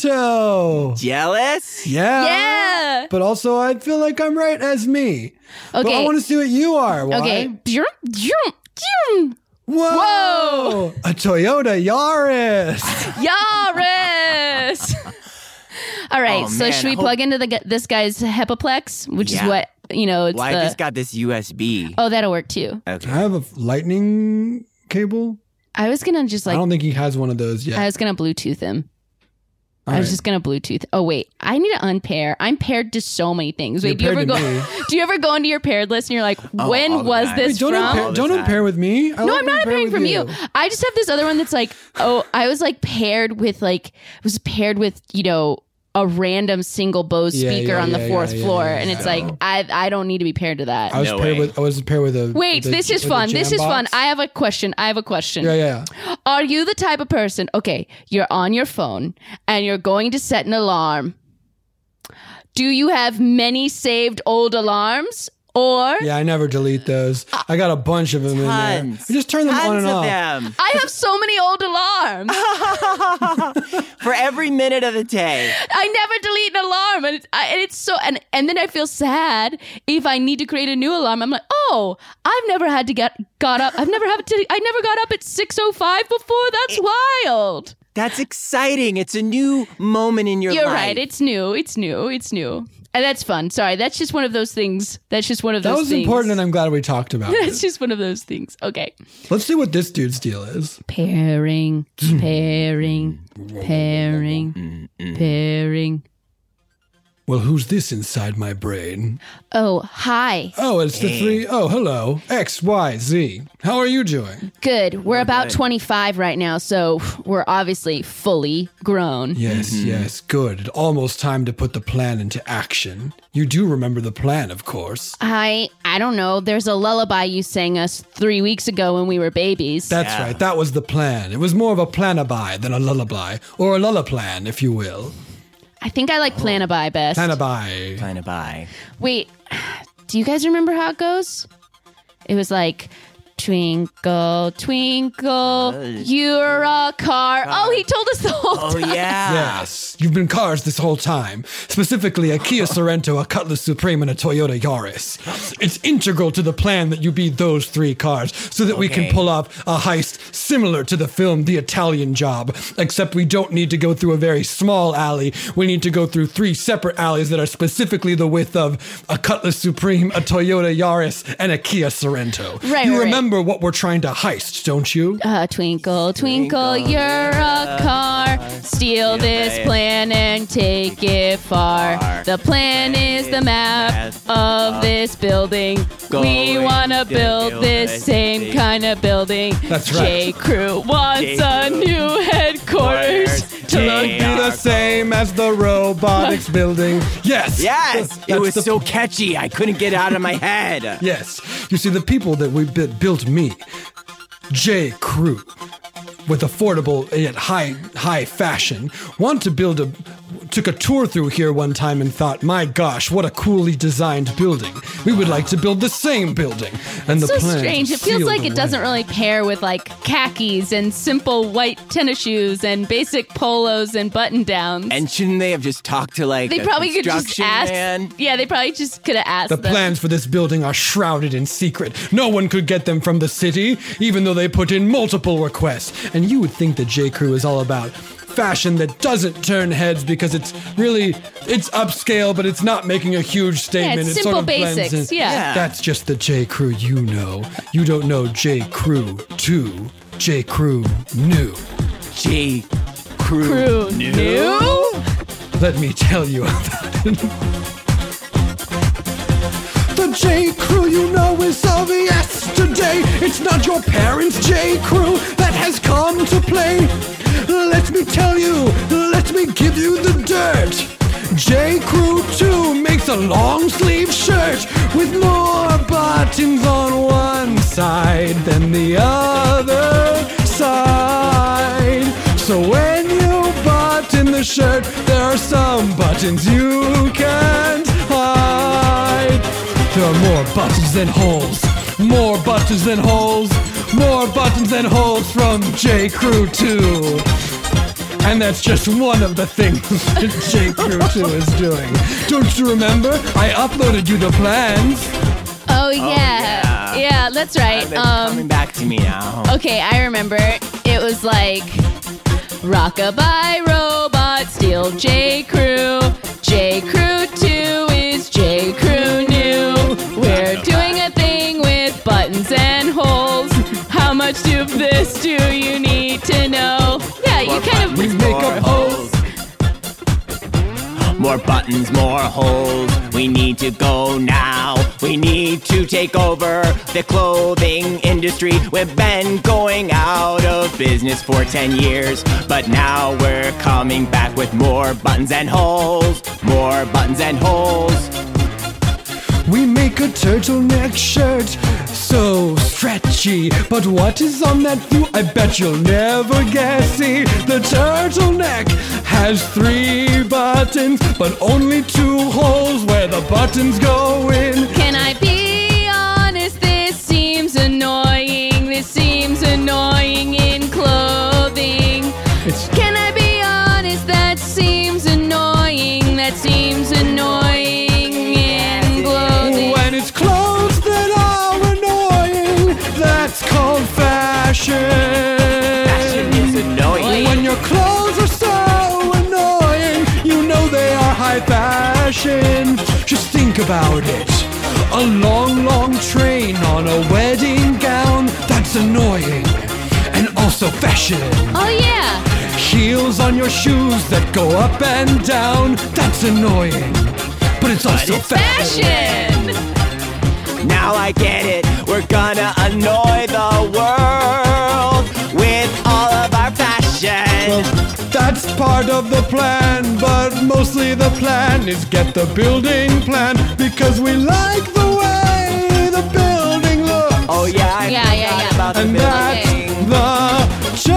[SPEAKER 4] Sorrento.
[SPEAKER 5] Jealous?
[SPEAKER 4] Yeah.
[SPEAKER 3] Yeah.
[SPEAKER 4] But also, I feel like I'm right as me. But I
[SPEAKER 3] Okay.
[SPEAKER 4] want to see what you are. Why?
[SPEAKER 3] Okay. Brum, brum, brum.
[SPEAKER 4] Whoa!
[SPEAKER 3] Whoa!
[SPEAKER 4] A Toyota Yaris.
[SPEAKER 3] Yaris. All right.
[SPEAKER 5] Oh,
[SPEAKER 3] so
[SPEAKER 5] man,
[SPEAKER 3] should we
[SPEAKER 5] I hope-
[SPEAKER 3] plug into the gu- this guy's Hepaplex, which
[SPEAKER 5] Yeah.
[SPEAKER 3] is what you know? It's
[SPEAKER 5] Well, I
[SPEAKER 3] the
[SPEAKER 5] just got this USB.
[SPEAKER 3] oh, that'll work too.
[SPEAKER 4] Can
[SPEAKER 5] Okay.
[SPEAKER 4] I have a f- lightning cable?
[SPEAKER 3] I was gonna just
[SPEAKER 4] I
[SPEAKER 3] like
[SPEAKER 4] don't think he has one of those yet.
[SPEAKER 3] I was gonna Bluetooth him.
[SPEAKER 4] All
[SPEAKER 3] I was
[SPEAKER 4] right.
[SPEAKER 3] just gonna Bluetooth. Oh wait, I need to unpair. I'm paired to so many things. Wait,
[SPEAKER 4] You're
[SPEAKER 3] do you ever
[SPEAKER 4] paired to Oh,
[SPEAKER 3] go? do you ever go into your paired list and you're like, when
[SPEAKER 5] all the
[SPEAKER 3] was
[SPEAKER 5] time.
[SPEAKER 3] this
[SPEAKER 4] Wait, don't
[SPEAKER 3] from?
[SPEAKER 4] impair,
[SPEAKER 5] All the
[SPEAKER 4] don't
[SPEAKER 5] time.
[SPEAKER 4] impair with me. I
[SPEAKER 3] No,
[SPEAKER 4] like
[SPEAKER 3] I'm not appearing
[SPEAKER 4] impairing
[SPEAKER 3] from
[SPEAKER 4] with
[SPEAKER 3] you. I just have this other one that's like, oh, I was like paired with like I was paired with you know a random single Bose
[SPEAKER 4] Yeah,
[SPEAKER 3] speaker
[SPEAKER 4] yeah,
[SPEAKER 3] on the
[SPEAKER 4] yeah,
[SPEAKER 3] fourth
[SPEAKER 4] yeah, yeah,
[SPEAKER 3] floor,
[SPEAKER 4] yeah,
[SPEAKER 3] and it's like I I don't need to be paired to that.
[SPEAKER 4] I was
[SPEAKER 5] No
[SPEAKER 4] paired
[SPEAKER 5] way.
[SPEAKER 4] with. I was paired with a.
[SPEAKER 3] Wait,
[SPEAKER 4] with a-
[SPEAKER 3] this is
[SPEAKER 4] with a
[SPEAKER 3] fun. This
[SPEAKER 4] jam
[SPEAKER 3] is fun.
[SPEAKER 4] box.
[SPEAKER 3] I have a question. I have a question.
[SPEAKER 4] Yeah, yeah.
[SPEAKER 3] Are you the type of person? Okay, you're on your phone and you're going to set an alarm. Do you have many saved old alarms, or
[SPEAKER 4] Yeah, I never delete those. I got a bunch of them in there.
[SPEAKER 5] Tons.
[SPEAKER 4] I just turn them
[SPEAKER 5] Tons
[SPEAKER 4] on and
[SPEAKER 5] of
[SPEAKER 4] off.
[SPEAKER 5] them.
[SPEAKER 3] I have so many old alarms.
[SPEAKER 5] For every minute of the day.
[SPEAKER 3] I never delete an alarm, and it's, I, and it's so and and then I feel sad if I need to create a new alarm. I'm like, oh, I've never had to get got up. I've never had to. I never got up at six oh five before. That's wild.
[SPEAKER 5] That's exciting. It's a new moment in your
[SPEAKER 3] You're
[SPEAKER 5] life.
[SPEAKER 3] right. It's new. It's new. It's new, and that's fun. Sorry, that's just one of those things. That's just one of
[SPEAKER 4] That
[SPEAKER 3] those.
[SPEAKER 4] was
[SPEAKER 3] things.
[SPEAKER 4] important, and I'm glad we talked about
[SPEAKER 3] That's
[SPEAKER 4] it.
[SPEAKER 3] just one of those things. Okay.
[SPEAKER 4] Let's see what this dude's deal is.
[SPEAKER 3] Pairing,
[SPEAKER 4] Hmm.
[SPEAKER 3] pairing,
[SPEAKER 5] Mm,
[SPEAKER 3] pairing, pairing.
[SPEAKER 4] Well, who's this inside my brain?
[SPEAKER 3] Oh, hi.
[SPEAKER 4] Oh, it's the three oh hello. X, Y, Z. How are you doing?
[SPEAKER 3] Good. We're about 25 right now, so we're obviously fully grown.
[SPEAKER 4] Yes, yes, good. Almost time to put the plan into action. You do remember the plan, of course.
[SPEAKER 3] I I don't know. There's a lullaby you sang us 3 weeks ago when we were babies.
[SPEAKER 4] That's right. That was the plan. It was more of a planaby than a lullaby, or a lullaplan, if you will.
[SPEAKER 3] I think I like Planaby best.
[SPEAKER 4] Oh. Planaby.
[SPEAKER 5] Kind of by.
[SPEAKER 3] Wait. Do you guys remember how it goes? It was like Twinkle, twinkle, you're a car. Oh, he told us the whole
[SPEAKER 5] Oh,
[SPEAKER 3] time.
[SPEAKER 5] yeah.
[SPEAKER 4] Yes. You've been cars this whole time, specifically a Kia Sorento, a Cutlass Supreme, and a Toyota Yaris. It's integral to the plan that you be those three cars so that we can
[SPEAKER 5] Okay.
[SPEAKER 4] pull off a heist similar to the film The Italian Job, except we don't need to go through a very small alley. We need to go through three separate alleys that are specifically the width of a Cutlass Supreme, a Toyota Yaris, and a Kia Sorento.
[SPEAKER 2] Right, right,
[SPEAKER 4] You
[SPEAKER 2] right.
[SPEAKER 4] remember what we're trying to heist, don't you?
[SPEAKER 2] Uh, twinkle, twinkle, you're a car. Steal this plan and take it far. The plan is the map of this building. We
[SPEAKER 5] Going
[SPEAKER 2] wanna
[SPEAKER 5] to
[SPEAKER 2] build
[SPEAKER 5] build
[SPEAKER 2] this
[SPEAKER 5] this
[SPEAKER 2] same
[SPEAKER 5] big-
[SPEAKER 2] kind of building.
[SPEAKER 4] That's
[SPEAKER 2] J.
[SPEAKER 4] right.
[SPEAKER 2] Crew wants a
[SPEAKER 5] Crew
[SPEAKER 2] new headquarters.
[SPEAKER 5] headquarters.
[SPEAKER 2] To
[SPEAKER 5] J.
[SPEAKER 2] look
[SPEAKER 4] Be the same as the robotics building. Yes.
[SPEAKER 5] Yes, it
[SPEAKER 4] That's
[SPEAKER 5] was
[SPEAKER 4] the-
[SPEAKER 5] so catchy. I couldn't get it out of my head.
[SPEAKER 4] Yes. You see, the people that we bu- built me, J. Crew, with affordable yet high high fashion, want to build a took a tour through here one time and thought, my gosh, what a coolly designed building. We would like to build the same building. And the
[SPEAKER 3] so
[SPEAKER 4] plan
[SPEAKER 3] strange. It feels
[SPEAKER 4] sealed
[SPEAKER 3] like it doesn't
[SPEAKER 4] away.
[SPEAKER 3] really pair with like khakis and simple white tennis shoes and basic polos and button downs.
[SPEAKER 5] And shouldn't they have just talked to like
[SPEAKER 3] they
[SPEAKER 5] a
[SPEAKER 3] probably could just
[SPEAKER 5] construction
[SPEAKER 3] ask.
[SPEAKER 5] man?
[SPEAKER 3] Yeah, they probably just could have asked.
[SPEAKER 4] The
[SPEAKER 3] them.
[SPEAKER 4] plans for this building are shrouded in secret. No one could get them from the city, even though they put in multiple requests. And you would think that J. Crew is all about fashion that doesn't turn heads because it's really it's upscale, but it's not making a huge statement.
[SPEAKER 3] it's
[SPEAKER 4] it sort
[SPEAKER 3] simple
[SPEAKER 4] of blends
[SPEAKER 3] basics,
[SPEAKER 4] in.
[SPEAKER 3] yeah.
[SPEAKER 5] Yeah.
[SPEAKER 4] That's just the J. Crew you know. You don't know J. Crew 2. J. Crew new.
[SPEAKER 5] J. Crew.
[SPEAKER 3] Crew new? Oh,
[SPEAKER 4] Let me tell you about it. The J. Crew you know is of yesterday. It's not your parents' J. Crew that has come to play. Let me tell you, let me give you the dirt. J. Crew 2 makes a long sleeve shirt with more buttons on one side than the other side. So when you button the shirt, there are some buttons you can't hide. There are more buttons than holes. More buttons than holes. More buttons than holes from J. Crew 2. And that's just one of the things that J. Crew 2 is doing. Don't you remember? I uploaded you the plans.
[SPEAKER 3] Oh yeah. yeah,
[SPEAKER 5] yeah.
[SPEAKER 3] that's right.
[SPEAKER 5] It's
[SPEAKER 3] Um,
[SPEAKER 5] coming back to me now.
[SPEAKER 3] okay, I remember. It was like Rockabye Robot, Steal J Crew, J Crew Two is J Crew New. We're doing a thing with buttons and holes. How much of this do you need to know? Yeah, you kind of
[SPEAKER 4] We make up holes.
[SPEAKER 5] More buttons, more holes. We need to go now. We need to take over the clothing industry. We've been going out of business for 10 years, but now we're coming back with more buttons and holes. More buttons and holes.
[SPEAKER 4] We make a turtleneck shirt so stretchy. But what is on that view? I bet you'll never guess. See, the turtleneck has three buttons, but only two holes where the buttons go in.
[SPEAKER 3] Can I be honest? This seems annoying. This seems annoying in clothing.
[SPEAKER 4] It's
[SPEAKER 3] Can I be honest? That seems annoying. That seems annoying in clothing.
[SPEAKER 4] when it's clothes that are annoying, that's called
[SPEAKER 5] Fashion is annoying.
[SPEAKER 4] When your clothes are so annoying, you know they are high fashion. Just think about it. A long, long train on a wedding gown, that's annoying. And also fashion.
[SPEAKER 3] Oh yeah.
[SPEAKER 4] Heels on your shoes that go up and down, that's annoying. But it's also fashion.
[SPEAKER 3] Fashion.
[SPEAKER 5] Now I get it. We're gonna annoy the world with all of our fashion.
[SPEAKER 4] That's part of the plan, but mostly the plan is get the building plan because we like the way the building looks.
[SPEAKER 5] Oh yeah, I
[SPEAKER 3] Yeah,
[SPEAKER 5] forgot
[SPEAKER 3] yeah, yeah.
[SPEAKER 5] about the
[SPEAKER 4] and that's
[SPEAKER 5] building.
[SPEAKER 4] the J.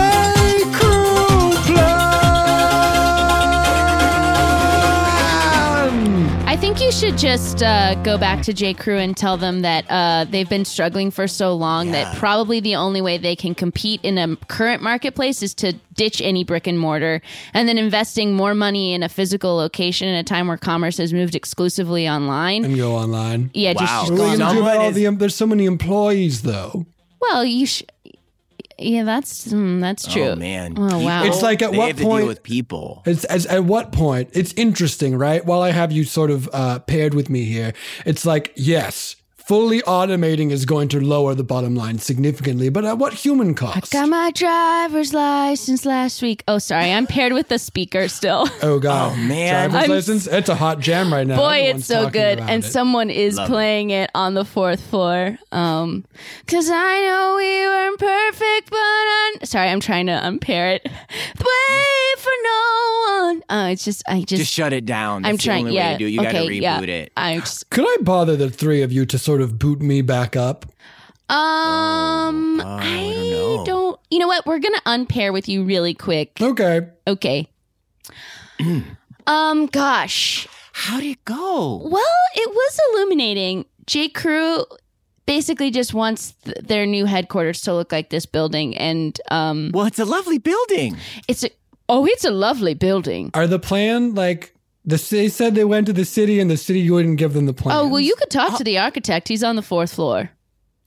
[SPEAKER 4] Crew plan.
[SPEAKER 3] I think you should just uh, go back to J. Crew and tell them that uh, they've been struggling for so long that probably the only way they can compete in a current marketplace is to ditch any brick and mortar, and then investing more money in a physical location in a time where commerce has moved exclusively online.
[SPEAKER 4] and go online.
[SPEAKER 3] yeah, just-
[SPEAKER 5] Wow.
[SPEAKER 3] just,
[SPEAKER 4] What
[SPEAKER 3] go
[SPEAKER 4] are we gonna do
[SPEAKER 3] online.
[SPEAKER 5] Someone
[SPEAKER 4] about all
[SPEAKER 5] is-
[SPEAKER 4] the? em- There's so many employees though.
[SPEAKER 3] Well, you sh- yeah, that's mm, that's true.
[SPEAKER 5] Oh man.
[SPEAKER 3] Oh, wow.
[SPEAKER 4] It's like at
[SPEAKER 5] they
[SPEAKER 4] what
[SPEAKER 5] have to
[SPEAKER 4] point-
[SPEAKER 5] deal with people.
[SPEAKER 4] It's, as, at what point? It's interesting, right? While I have you sort of uh, paired with me here, it's like, yes, fully automating is going to lower the bottom line significantly, but at what human cost?
[SPEAKER 3] Got my driver's license last week. Oh, sorry, I'm paired with the speaker still.
[SPEAKER 4] oh, God.
[SPEAKER 5] man.
[SPEAKER 4] Driver's
[SPEAKER 3] I'm-
[SPEAKER 4] license? It's a hot jam right now.
[SPEAKER 3] Boy,
[SPEAKER 4] Everyone's
[SPEAKER 3] it's so
[SPEAKER 4] talking
[SPEAKER 3] good,
[SPEAKER 4] around
[SPEAKER 3] and
[SPEAKER 4] it.
[SPEAKER 3] someone is
[SPEAKER 5] Love it.
[SPEAKER 3] playing it. on the fourth floor. Um, cause I know we weren't perfect, but I'm sorry, I'm trying to unpair it. Wait for no one. Uh, it's just, I just,
[SPEAKER 5] Just shut it down. That's
[SPEAKER 3] I'm trying.
[SPEAKER 5] The only
[SPEAKER 3] yeah,
[SPEAKER 5] way to do it. You
[SPEAKER 3] okay,
[SPEAKER 5] got to reboot
[SPEAKER 3] yeah.
[SPEAKER 5] it.
[SPEAKER 3] I just,
[SPEAKER 4] Could I bother the three of you to sort of boot me back up?
[SPEAKER 3] um,
[SPEAKER 5] oh, I
[SPEAKER 3] I
[SPEAKER 5] don't know.
[SPEAKER 3] don't. You know what? We're gonna unpair with you really quick.
[SPEAKER 4] Okay.
[SPEAKER 3] Okay. um, gosh.
[SPEAKER 5] How'd it go?
[SPEAKER 3] Well, it was illuminating. J. Crew basically just wants th- their new headquarters to look like this building, and um,
[SPEAKER 5] Well, it's a lovely building.
[SPEAKER 3] it's a oh, it's a lovely building.
[SPEAKER 4] Are the plan like. The, they said they went to the city and the city wouldn't give them the plan.
[SPEAKER 3] Oh well, you could talk to the architect. He's on the fourth floor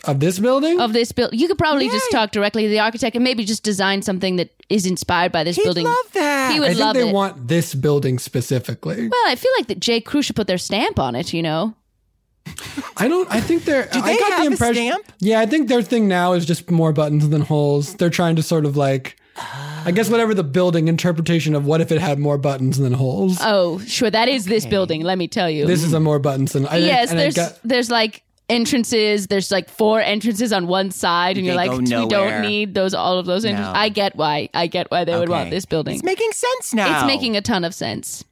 [SPEAKER 4] Of this building?
[SPEAKER 3] of this building. You could probably just talk directly to the architect and maybe just design something that is inspired by this
[SPEAKER 5] He'd
[SPEAKER 3] building.
[SPEAKER 5] love that.
[SPEAKER 3] He
[SPEAKER 4] I
[SPEAKER 3] would
[SPEAKER 4] think
[SPEAKER 3] love
[SPEAKER 4] they
[SPEAKER 3] it.
[SPEAKER 4] want this building specifically.
[SPEAKER 3] well, I feel like that J. Crew should put their stamp on it. You know,
[SPEAKER 4] I don't. I think they're. I
[SPEAKER 5] they
[SPEAKER 4] got
[SPEAKER 5] have
[SPEAKER 4] the
[SPEAKER 5] a
[SPEAKER 4] impression.
[SPEAKER 5] stamp?
[SPEAKER 4] Yeah, I think their thing now is just more buttons than holes. They're trying to sort of like, I guess whatever the building interpretation of what if it had more buttons than holes.
[SPEAKER 3] oh sure, that is this building. Let me tell you,
[SPEAKER 4] this is a more buttons than. I think-
[SPEAKER 3] yes,
[SPEAKER 4] and I
[SPEAKER 3] there's
[SPEAKER 4] got-
[SPEAKER 3] there's like entrances. There's like four entrances on one side, and
[SPEAKER 5] They
[SPEAKER 3] you're like,
[SPEAKER 5] go
[SPEAKER 3] we
[SPEAKER 5] nowhere."
[SPEAKER 3] don't need those all of those entrances.
[SPEAKER 5] No.
[SPEAKER 3] I get why. I get why they would want
[SPEAKER 5] Okay.
[SPEAKER 3] this building.
[SPEAKER 5] It's making sense now.
[SPEAKER 3] It's making a ton of sense.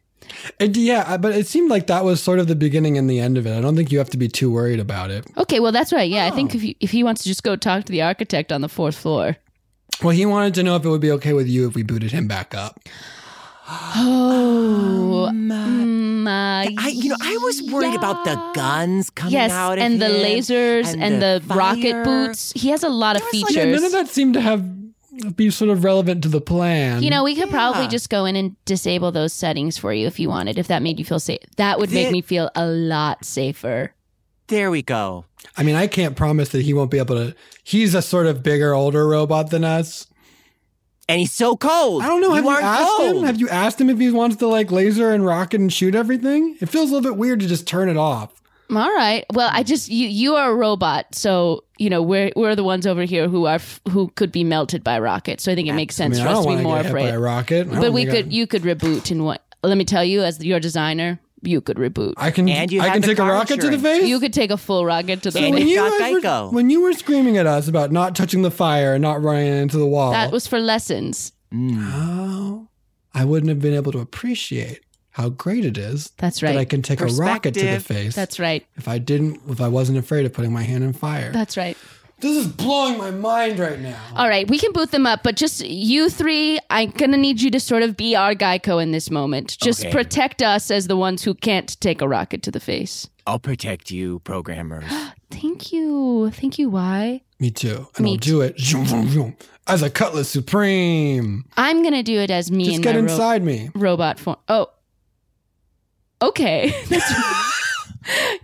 [SPEAKER 4] it- yeah, I- but it seemed like that was sort of the beginning and the end of it. I don't think you have to be too worried about it.
[SPEAKER 3] Okay, well that's right. Yeah, I
[SPEAKER 5] Oh.
[SPEAKER 3] think if you, if he wants to just go talk to the architect on the fourth floor.
[SPEAKER 4] Well, he wanted to know if it would be okay with you if we booted him back up.
[SPEAKER 3] Oh, mm, uh,
[SPEAKER 5] I, Um, you know, I was worried about the guns coming
[SPEAKER 3] yes,
[SPEAKER 5] out of
[SPEAKER 3] and the
[SPEAKER 5] him,
[SPEAKER 3] lasers and, the, rocket
[SPEAKER 5] fire.
[SPEAKER 3] boots. He has a lot of
[SPEAKER 5] was, like,
[SPEAKER 4] Yeah,
[SPEAKER 3] features.
[SPEAKER 4] none of that seemed to have be sort of relevant to the plan.
[SPEAKER 3] You know, we could probably just go in and disable those settings for you if you wanted. If that made you feel safe, that would make
[SPEAKER 5] Th-
[SPEAKER 3] me feel a lot safer.
[SPEAKER 5] There we go.
[SPEAKER 4] I mean, I can't promise that he won't be able to. He's a sort of bigger, older robot than us.
[SPEAKER 5] And he's so cold.
[SPEAKER 4] I don't know. Have you
[SPEAKER 5] aren't
[SPEAKER 4] asked
[SPEAKER 5] Oh, cold.
[SPEAKER 4] him? Have you asked him if he wants to like laser and rocket and shoot everything? It feels a little bit weird to just turn it off.
[SPEAKER 3] All right. Well, I just you you are a robot, so you know we're we're the ones over here who are f- who could be melted by rockets. So I think it makes
[SPEAKER 4] I
[SPEAKER 3] sense
[SPEAKER 4] mean, I
[SPEAKER 3] for us
[SPEAKER 4] don't
[SPEAKER 3] to
[SPEAKER 4] want
[SPEAKER 3] be
[SPEAKER 4] to
[SPEAKER 3] more
[SPEAKER 4] get hit by
[SPEAKER 3] afraid.
[SPEAKER 4] a rocket. I
[SPEAKER 3] But
[SPEAKER 4] don't
[SPEAKER 3] we
[SPEAKER 4] think I-
[SPEAKER 3] could you could reboot and what? Let me tell you, as your designer, you could reboot.
[SPEAKER 4] I can.
[SPEAKER 5] And you
[SPEAKER 4] I
[SPEAKER 5] had
[SPEAKER 4] can
[SPEAKER 5] the
[SPEAKER 4] take a
[SPEAKER 5] car
[SPEAKER 4] rocket to the
[SPEAKER 5] insurance.
[SPEAKER 4] face.
[SPEAKER 3] you could take a full rocket to the
[SPEAKER 5] And
[SPEAKER 3] face.
[SPEAKER 5] it
[SPEAKER 4] you
[SPEAKER 5] got
[SPEAKER 4] guys
[SPEAKER 5] Geico.
[SPEAKER 4] Were, when you were screaming at us about not touching the fire and not running into the wall,
[SPEAKER 3] That was for lessons.
[SPEAKER 4] Oh, I wouldn't have been able to appreciate how great it is
[SPEAKER 3] That's
[SPEAKER 4] that I
[SPEAKER 3] right.
[SPEAKER 4] can take a rocket to the
[SPEAKER 5] Perspective.
[SPEAKER 4] face.
[SPEAKER 3] That's right.
[SPEAKER 4] if I didn't, if I wasn't afraid of putting my hand in fire.
[SPEAKER 3] That's right.
[SPEAKER 4] this is blowing my mind right now.
[SPEAKER 3] All right, we can boot them up, but just you three, I'm gonna need you to sort of be our Geico in this moment. Just
[SPEAKER 5] Okay.
[SPEAKER 3] protect us as the ones who can't take a rocket to the face.
[SPEAKER 5] I'll protect you, programmers.
[SPEAKER 3] Thank you, thank you. Why?
[SPEAKER 4] Me too. And
[SPEAKER 3] Me
[SPEAKER 4] I'll do it zoom, zoom, zoom, as a cutlass supreme.
[SPEAKER 3] I'm gonna do it as me
[SPEAKER 4] Just
[SPEAKER 3] and
[SPEAKER 4] get
[SPEAKER 3] my ro-
[SPEAKER 4] inside me.
[SPEAKER 3] robot form. Oh, okay. That's-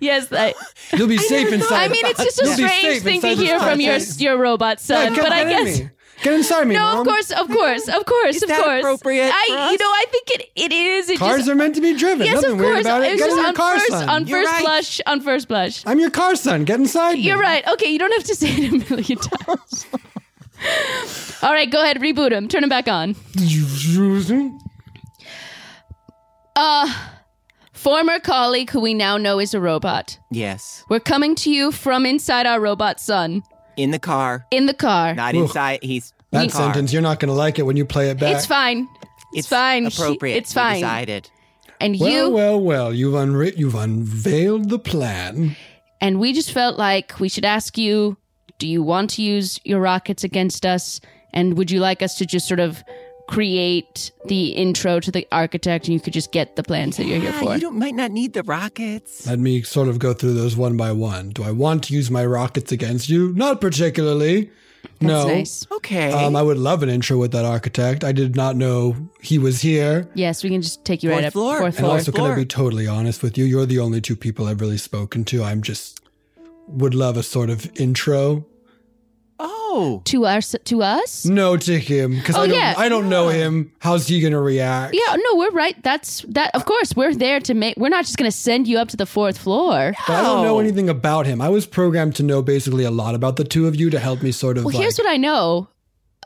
[SPEAKER 3] yes, I,
[SPEAKER 4] You'll be safe inside.
[SPEAKER 3] I mean it's just a
[SPEAKER 4] You'll be
[SPEAKER 3] strange
[SPEAKER 4] safe
[SPEAKER 3] thing to
[SPEAKER 4] inside
[SPEAKER 3] hear
[SPEAKER 4] this
[SPEAKER 3] from your
[SPEAKER 4] conversation.
[SPEAKER 3] your robot
[SPEAKER 4] Yeah,
[SPEAKER 3] son,
[SPEAKER 4] come
[SPEAKER 3] but I
[SPEAKER 4] get in
[SPEAKER 3] guess.
[SPEAKER 4] me. get inside me.
[SPEAKER 3] No,
[SPEAKER 4] Mom.
[SPEAKER 3] of course, of course, of course, of
[SPEAKER 5] that
[SPEAKER 3] course.
[SPEAKER 5] appropriate
[SPEAKER 3] I,
[SPEAKER 5] for
[SPEAKER 3] you
[SPEAKER 5] us?
[SPEAKER 3] know, I think it, it is. It
[SPEAKER 4] Cars
[SPEAKER 3] just,
[SPEAKER 4] are meant to be driven.
[SPEAKER 3] Yes,
[SPEAKER 4] Nothing
[SPEAKER 3] of course.
[SPEAKER 4] weird about it.
[SPEAKER 3] It's
[SPEAKER 4] Get in
[SPEAKER 3] just
[SPEAKER 4] your
[SPEAKER 3] on
[SPEAKER 4] car,
[SPEAKER 3] first,
[SPEAKER 4] son.
[SPEAKER 3] on
[SPEAKER 5] You're
[SPEAKER 3] first
[SPEAKER 5] right.
[SPEAKER 3] blush. On first blush.
[SPEAKER 4] I'm your car, son. Get inside.
[SPEAKER 3] You're
[SPEAKER 4] me.
[SPEAKER 3] right. Okay, you don't have to say it a million times. All right, go ahead, reboot him. Turn him back on. Uh, Former colleague who we now know is a robot.
[SPEAKER 5] yes.
[SPEAKER 3] We're coming to you from inside our robot son
[SPEAKER 5] In the car.
[SPEAKER 3] in the car.
[SPEAKER 5] Not inside. He's
[SPEAKER 4] That
[SPEAKER 5] in the car.
[SPEAKER 4] sentence, you're not going to like it when you play it back.
[SPEAKER 3] It's fine. It's,
[SPEAKER 5] It's
[SPEAKER 3] fine. She-
[SPEAKER 5] Appropriate.
[SPEAKER 3] It's
[SPEAKER 5] We
[SPEAKER 3] fine.
[SPEAKER 5] Decided.
[SPEAKER 3] And
[SPEAKER 4] Well,
[SPEAKER 3] you
[SPEAKER 4] well, well. You've, unre- you've unveiled the plan.
[SPEAKER 3] and we just felt like we should ask you do you want to use your rockets against us and would you like us to just sort of create the intro to the architect and you could just get the plans that you're here for.
[SPEAKER 5] you don't, might not need the rockets.
[SPEAKER 4] Let me sort of go through those one by one. Do I want to use my rockets against you? Not particularly. no.
[SPEAKER 3] nice.
[SPEAKER 5] Okay.
[SPEAKER 4] Um, I would love an intro with that architect. I did not know he was here.
[SPEAKER 3] Yes, we can just take you right
[SPEAKER 5] Fourth
[SPEAKER 3] up
[SPEAKER 5] floor.
[SPEAKER 3] fourth
[SPEAKER 4] And
[SPEAKER 3] floor.
[SPEAKER 4] also, can I
[SPEAKER 5] floor.
[SPEAKER 4] be totally honest with you? You're the only two people I've really spoken to. I'm just would love a sort of intro.
[SPEAKER 5] oh.
[SPEAKER 3] to us, to us.
[SPEAKER 4] No to him because
[SPEAKER 3] Oh,
[SPEAKER 4] I don't.
[SPEAKER 3] yeah.
[SPEAKER 4] I don't know him. How's he gonna react?
[SPEAKER 3] Yeah, no, we're right. That's that. Of course, we're there to make. We're not just going to send you up to the fourth floor.
[SPEAKER 4] But I don't know anything about him. I was programmed to know basically a lot about the two of you to help me sort of.
[SPEAKER 3] Well,
[SPEAKER 4] like,
[SPEAKER 3] here's what I know.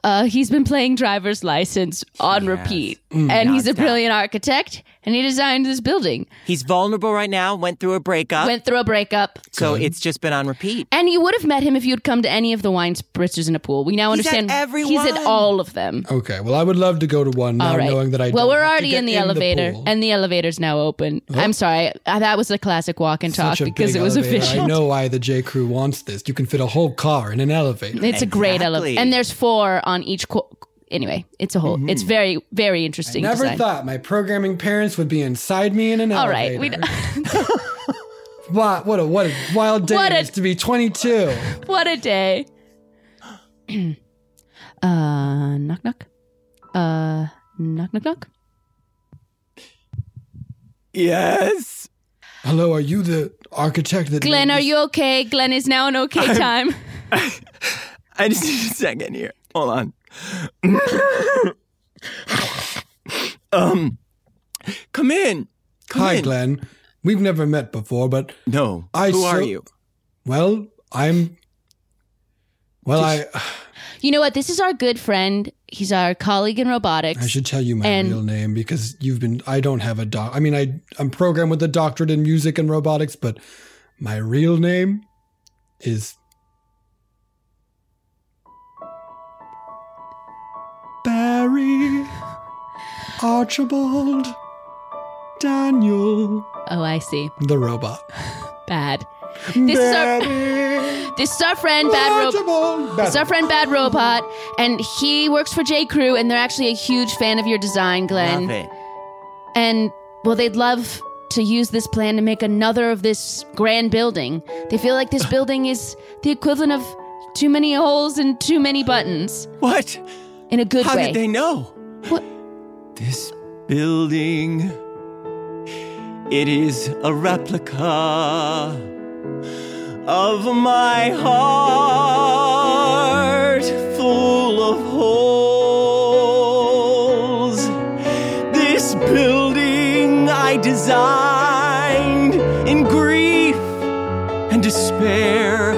[SPEAKER 3] Uh, he's been playing driver's license on
[SPEAKER 5] Yes.
[SPEAKER 3] repeat,
[SPEAKER 4] Mm.
[SPEAKER 3] and he's a
[SPEAKER 5] Nonstop.
[SPEAKER 3] brilliant architect, and he designed this building.
[SPEAKER 5] He's vulnerable right now, went through a breakup.
[SPEAKER 3] Went through a breakup,
[SPEAKER 5] so it's just been on repeat.
[SPEAKER 3] and you would have met him if you'd come to any of the wine spritzers in a pool. We now
[SPEAKER 5] He's at
[SPEAKER 3] understand
[SPEAKER 5] every
[SPEAKER 3] he's at
[SPEAKER 5] one.
[SPEAKER 3] all of them.
[SPEAKER 4] Okay. Well, I would love to go to one now,
[SPEAKER 3] All right.
[SPEAKER 4] knowing that I.
[SPEAKER 3] well,
[SPEAKER 4] don't
[SPEAKER 3] we're
[SPEAKER 4] have to
[SPEAKER 3] already
[SPEAKER 4] get
[SPEAKER 3] in the elevator,
[SPEAKER 4] pool.
[SPEAKER 3] and the elevator's now open. I'm sorry, uh, that was a classic walk and talk
[SPEAKER 4] Such a
[SPEAKER 3] because
[SPEAKER 4] big
[SPEAKER 3] it was
[SPEAKER 4] elevator.
[SPEAKER 3] efficient.
[SPEAKER 4] I know why the J Crew wants this. You can fit a whole car in an elevator.
[SPEAKER 3] It's a great
[SPEAKER 5] Exactly.
[SPEAKER 3] elevator, and there's four on each. Co- anyway, it's a whole. It's very, very interesting.
[SPEAKER 4] Mm-hmm. Never
[SPEAKER 3] design.
[SPEAKER 4] thought my programming parents would be inside me in an
[SPEAKER 3] All
[SPEAKER 4] elevator.
[SPEAKER 3] right, we,
[SPEAKER 4] Wow, what a what a wild day
[SPEAKER 3] What
[SPEAKER 4] it
[SPEAKER 3] a-
[SPEAKER 4] is to be 22.
[SPEAKER 3] what a day. uh, knock knock. Uh, knock knock knock.
[SPEAKER 5] Yes.
[SPEAKER 4] Hello, are you the architect that?
[SPEAKER 3] Glenn, are you okay? Glenn is now an okay time.
[SPEAKER 5] I just need a second here. Hold on. um, come in. Come
[SPEAKER 4] Hi,
[SPEAKER 5] in.
[SPEAKER 4] Glenn. We've never met before, but
[SPEAKER 5] No.
[SPEAKER 4] I
[SPEAKER 5] Who are
[SPEAKER 4] so-
[SPEAKER 5] you?
[SPEAKER 4] well, I'm. Well, I
[SPEAKER 3] You know what? This is our good friend. He's our colleague in robotics.
[SPEAKER 4] I should tell you my
[SPEAKER 3] and-
[SPEAKER 4] real name because you've been. I don't have a doc. I mean, I I'm programmed with a doctorate in music and robotics, but my real name is Barry Archibald Daniel,
[SPEAKER 3] oh, I see.
[SPEAKER 4] the robot.
[SPEAKER 3] Bad. This is our this is our friend
[SPEAKER 4] Oh,
[SPEAKER 3] Bad Robot.
[SPEAKER 4] Archibald.
[SPEAKER 3] It's our friend Bad Robot, and he works for J. Crew, and they're actually a huge fan of your design, Glenn.
[SPEAKER 5] Love it.
[SPEAKER 3] And well, they'd love to use this plan to make another of this grand building. They feel like this building is the equivalent of too many holes and too many buttons
[SPEAKER 5] What?
[SPEAKER 3] in a good
[SPEAKER 5] How
[SPEAKER 3] way.
[SPEAKER 5] did they know?
[SPEAKER 3] What?
[SPEAKER 5] This building. It is a replica of my heart full of holes. This building I designed in grief and despair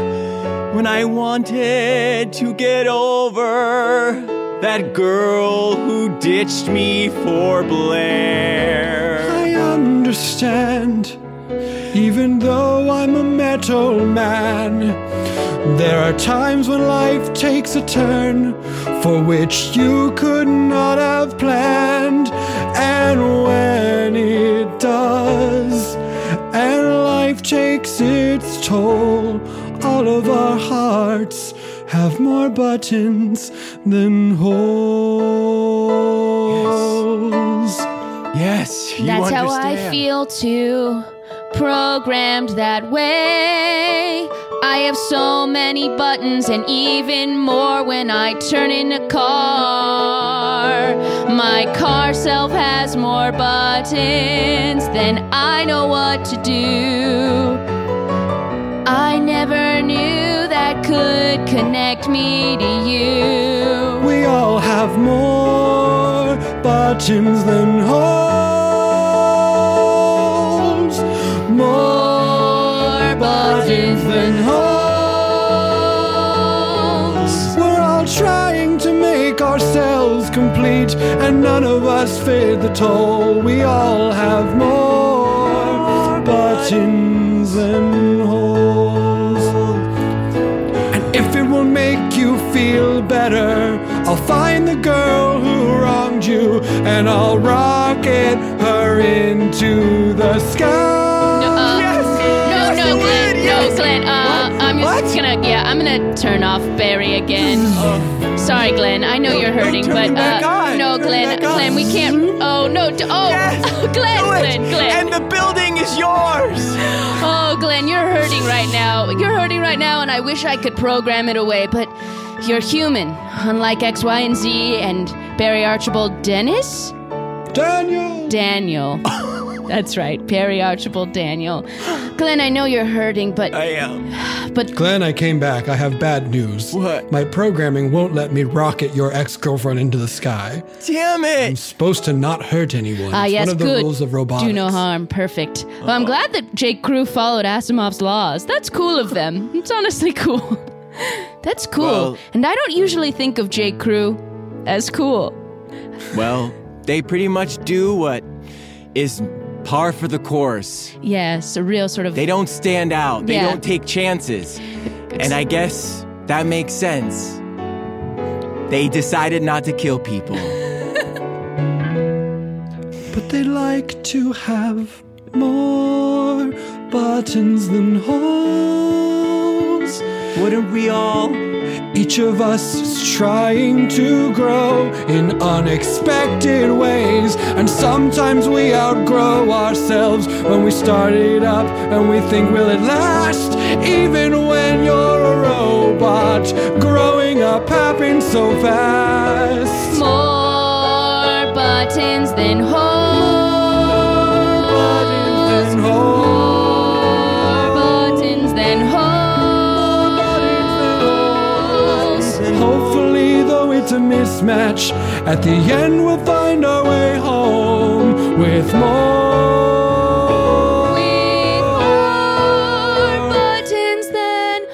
[SPEAKER 5] when I wanted to get over that girl who ditched me for Blair.
[SPEAKER 4] I understand. Even though I'm a metal man, there are times when life takes a turn for which you could not have planned. And when it does, and life takes its toll, all of our hearts have more buttons than holes.
[SPEAKER 5] Yes, you
[SPEAKER 3] That's how
[SPEAKER 5] understand.
[SPEAKER 3] I feel too. Programmed that way. I have so many buttons, and even more when I turn in a car. My car self has more buttons than I know what to do. I never knew that could connect me to you.
[SPEAKER 4] We all have more buttons than holes. More buttons than holes. We're all trying to make ourselves complete, and none of us fit the toll. We all have more buttons than holes. And if it will make you feel better, I'll find the girl who wronged you and I'll rocket her into the sky.
[SPEAKER 3] Uh, No, no, Glenn, no, Glenn. Uh, I'm just gonna, yeah, I'm gonna turn off Barry again. sorry, Glenn. I know you're hurting,
[SPEAKER 5] turn
[SPEAKER 3] but
[SPEAKER 5] it back
[SPEAKER 3] uh,
[SPEAKER 5] on.
[SPEAKER 3] no,
[SPEAKER 5] Turn it
[SPEAKER 3] Glenn,
[SPEAKER 5] back on. Hmm?
[SPEAKER 3] Glenn, we can't. Oh no, d- oh, Glenn, Glenn, Glenn.
[SPEAKER 5] And the building is yours.
[SPEAKER 3] Oh, Glenn, you're hurting right now. You're hurting right now, and I wish I could program it away, but you're human, unlike X, Y, and Z, and Barry Archibald Dennis?
[SPEAKER 4] Daniel.
[SPEAKER 3] Daniel. That's right, Barry Archibald Daniel. Glenn, I know you're hurting, but
[SPEAKER 5] I am.
[SPEAKER 3] but
[SPEAKER 4] Glenn, I came back. I have bad news.
[SPEAKER 5] What?
[SPEAKER 4] My programming won't let me rocket your ex girlfriend into the sky.
[SPEAKER 5] Damn
[SPEAKER 4] I'm
[SPEAKER 5] it.
[SPEAKER 4] supposed to not hurt anyone.
[SPEAKER 3] Ah,
[SPEAKER 4] It's
[SPEAKER 3] yes,
[SPEAKER 4] one of the
[SPEAKER 3] good.
[SPEAKER 4] rules of robotics.
[SPEAKER 3] Do no harm. Perfect. Well, I'm glad that Jake Crew followed Asimov's laws. That's cool of them. It's honestly cool. That's cool.
[SPEAKER 5] Well-
[SPEAKER 3] and I don't usually think of Jake Crew as cool.
[SPEAKER 5] Well, they pretty much do what is par for the course.
[SPEAKER 3] Yes, a real sort of.
[SPEAKER 5] They don't stand out. They
[SPEAKER 3] Yeah.
[SPEAKER 5] don't take chances. And I guess that makes sense. They decided not to kill people.
[SPEAKER 4] But they like to have more buttons than holes.
[SPEAKER 5] Wouldn't we all?
[SPEAKER 4] Each of us is trying to grow in unexpected ways. And sometimes we outgrow ourselves when we start it up and we think, will it last? Even when you're a robot, growing up happens so fast.
[SPEAKER 3] More buttons than holes.
[SPEAKER 4] Buttons and holes.
[SPEAKER 3] Buttons than holes.
[SPEAKER 4] Hopefully, though it's a mismatch, at the end we'll find our way home with more.
[SPEAKER 3] With more buttons than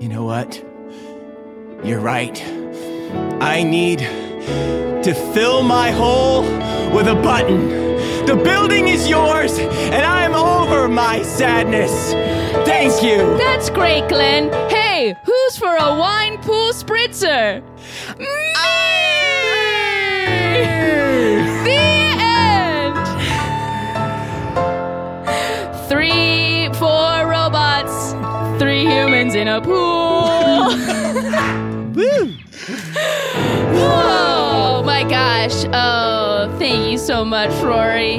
[SPEAKER 5] You know what? You're right. I need to fill my hole with a button. The building is yours, and I'm over my sadness. Thank you.
[SPEAKER 3] That's great, Glenn. Hey, who's for a wine pool spritzer? Me! the end. Three, four robots, three humans in a pool. Oh my gosh. Oh, thank you so much, Rory.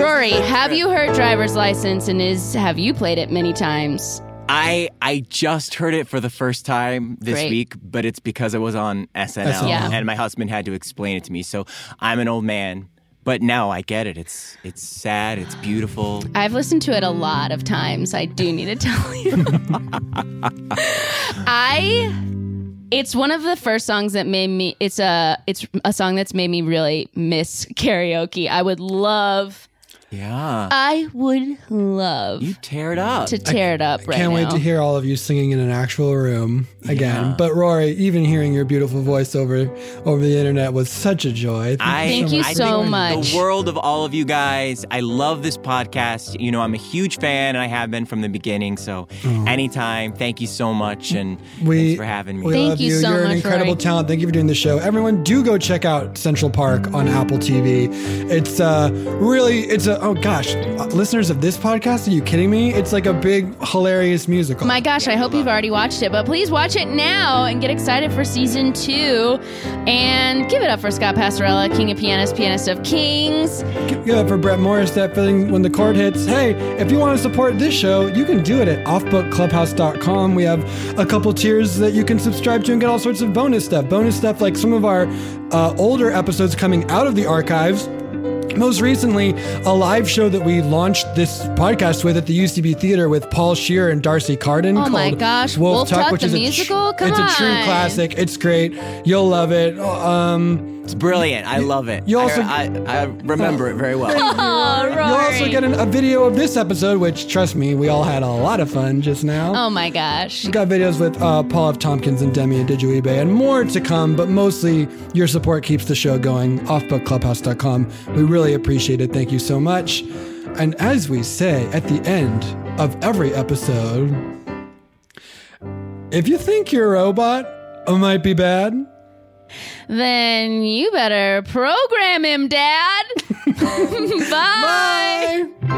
[SPEAKER 3] Rory, have you heard driver's license and is have you played it many times?
[SPEAKER 5] I I just heard it for the first time this
[SPEAKER 3] Great.
[SPEAKER 5] week, but it's because I was on SNL,
[SPEAKER 4] SNL.
[SPEAKER 3] Yeah.
[SPEAKER 5] and my husband had to explain it to me. So I'm an old man, but now I get it. It's it's sad. It's beautiful.
[SPEAKER 3] I've listened to it a lot of times. I do need to tell you. I it's one of the first songs that made me it's a it's a song that's made me really miss karaoke. I would love
[SPEAKER 5] Yeah,
[SPEAKER 3] I would love
[SPEAKER 5] you tear it up.
[SPEAKER 3] to tear it up right
[SPEAKER 4] Can't
[SPEAKER 3] now.
[SPEAKER 4] wait to hear all of you singing in an actual room again. But Rory, even hearing your beautiful voice over over the internet was such a joy.
[SPEAKER 5] I,
[SPEAKER 3] Thank you
[SPEAKER 5] I
[SPEAKER 3] so
[SPEAKER 5] think
[SPEAKER 3] much.
[SPEAKER 5] The world of all of you guys. I love this podcast. You know, I'm a huge fan and I have been from the beginning. So anytime, thank you so much and thanks for having me.
[SPEAKER 4] Oh. we
[SPEAKER 3] Thank
[SPEAKER 4] love
[SPEAKER 3] you
[SPEAKER 4] you.
[SPEAKER 3] so
[SPEAKER 4] are
[SPEAKER 3] much,
[SPEAKER 4] an incredible
[SPEAKER 3] Rory.
[SPEAKER 4] talent. Thank you for doing the show. Everyone, do go check out Central Park on Apple TV. It's uh, really, it's a oh gosh, Uh, listeners of this podcast, are you kidding me? It's like a big hilarious musical.
[SPEAKER 3] Oh My gosh, I hope you've already watched it, but please watch it now and get excited for season two. And give it up for Scott Passarella, King of Pianists, Pianist of Kings.
[SPEAKER 4] Give it up for Brett Morris, that feeling when the chord hits. Hey, if you want to support this show, you can do it at offbookclubhouse.com. We have a couple tiers that you can subscribe to and get all sorts of bonus stuff. Bonus stuff like some of our uh, older episodes coming out of the archives. Most recently, a live show that we launched this podcast with at the UCB Theater with Paul Shear and Darcy Carden.
[SPEAKER 3] Oh my
[SPEAKER 4] called
[SPEAKER 3] gosh, Wolf Talk, the
[SPEAKER 4] a tr-
[SPEAKER 3] musical? Come
[SPEAKER 4] it's a true
[SPEAKER 3] on.
[SPEAKER 4] classic. It's great. You'll love it. Um,
[SPEAKER 5] It's brilliant. I love it.
[SPEAKER 4] you also-
[SPEAKER 5] I, I, I remember it very well.
[SPEAKER 3] Oh, Rory.
[SPEAKER 4] You'll also get an, a video of this episode, which, trust me, we all had a lot of fun just now.
[SPEAKER 3] Oh my gosh.
[SPEAKER 4] We've got videos with uh, Paul F. Tompkins and Demi and Dijuibe and more to come, but mostly your support keeps the show going. Offbookclubhouse.com. We really appreciate it. Thank you so much. And as we say at the end of every episode, if you think your robot might be bad,
[SPEAKER 3] Then you better program him, Dad. Bye.
[SPEAKER 4] bye.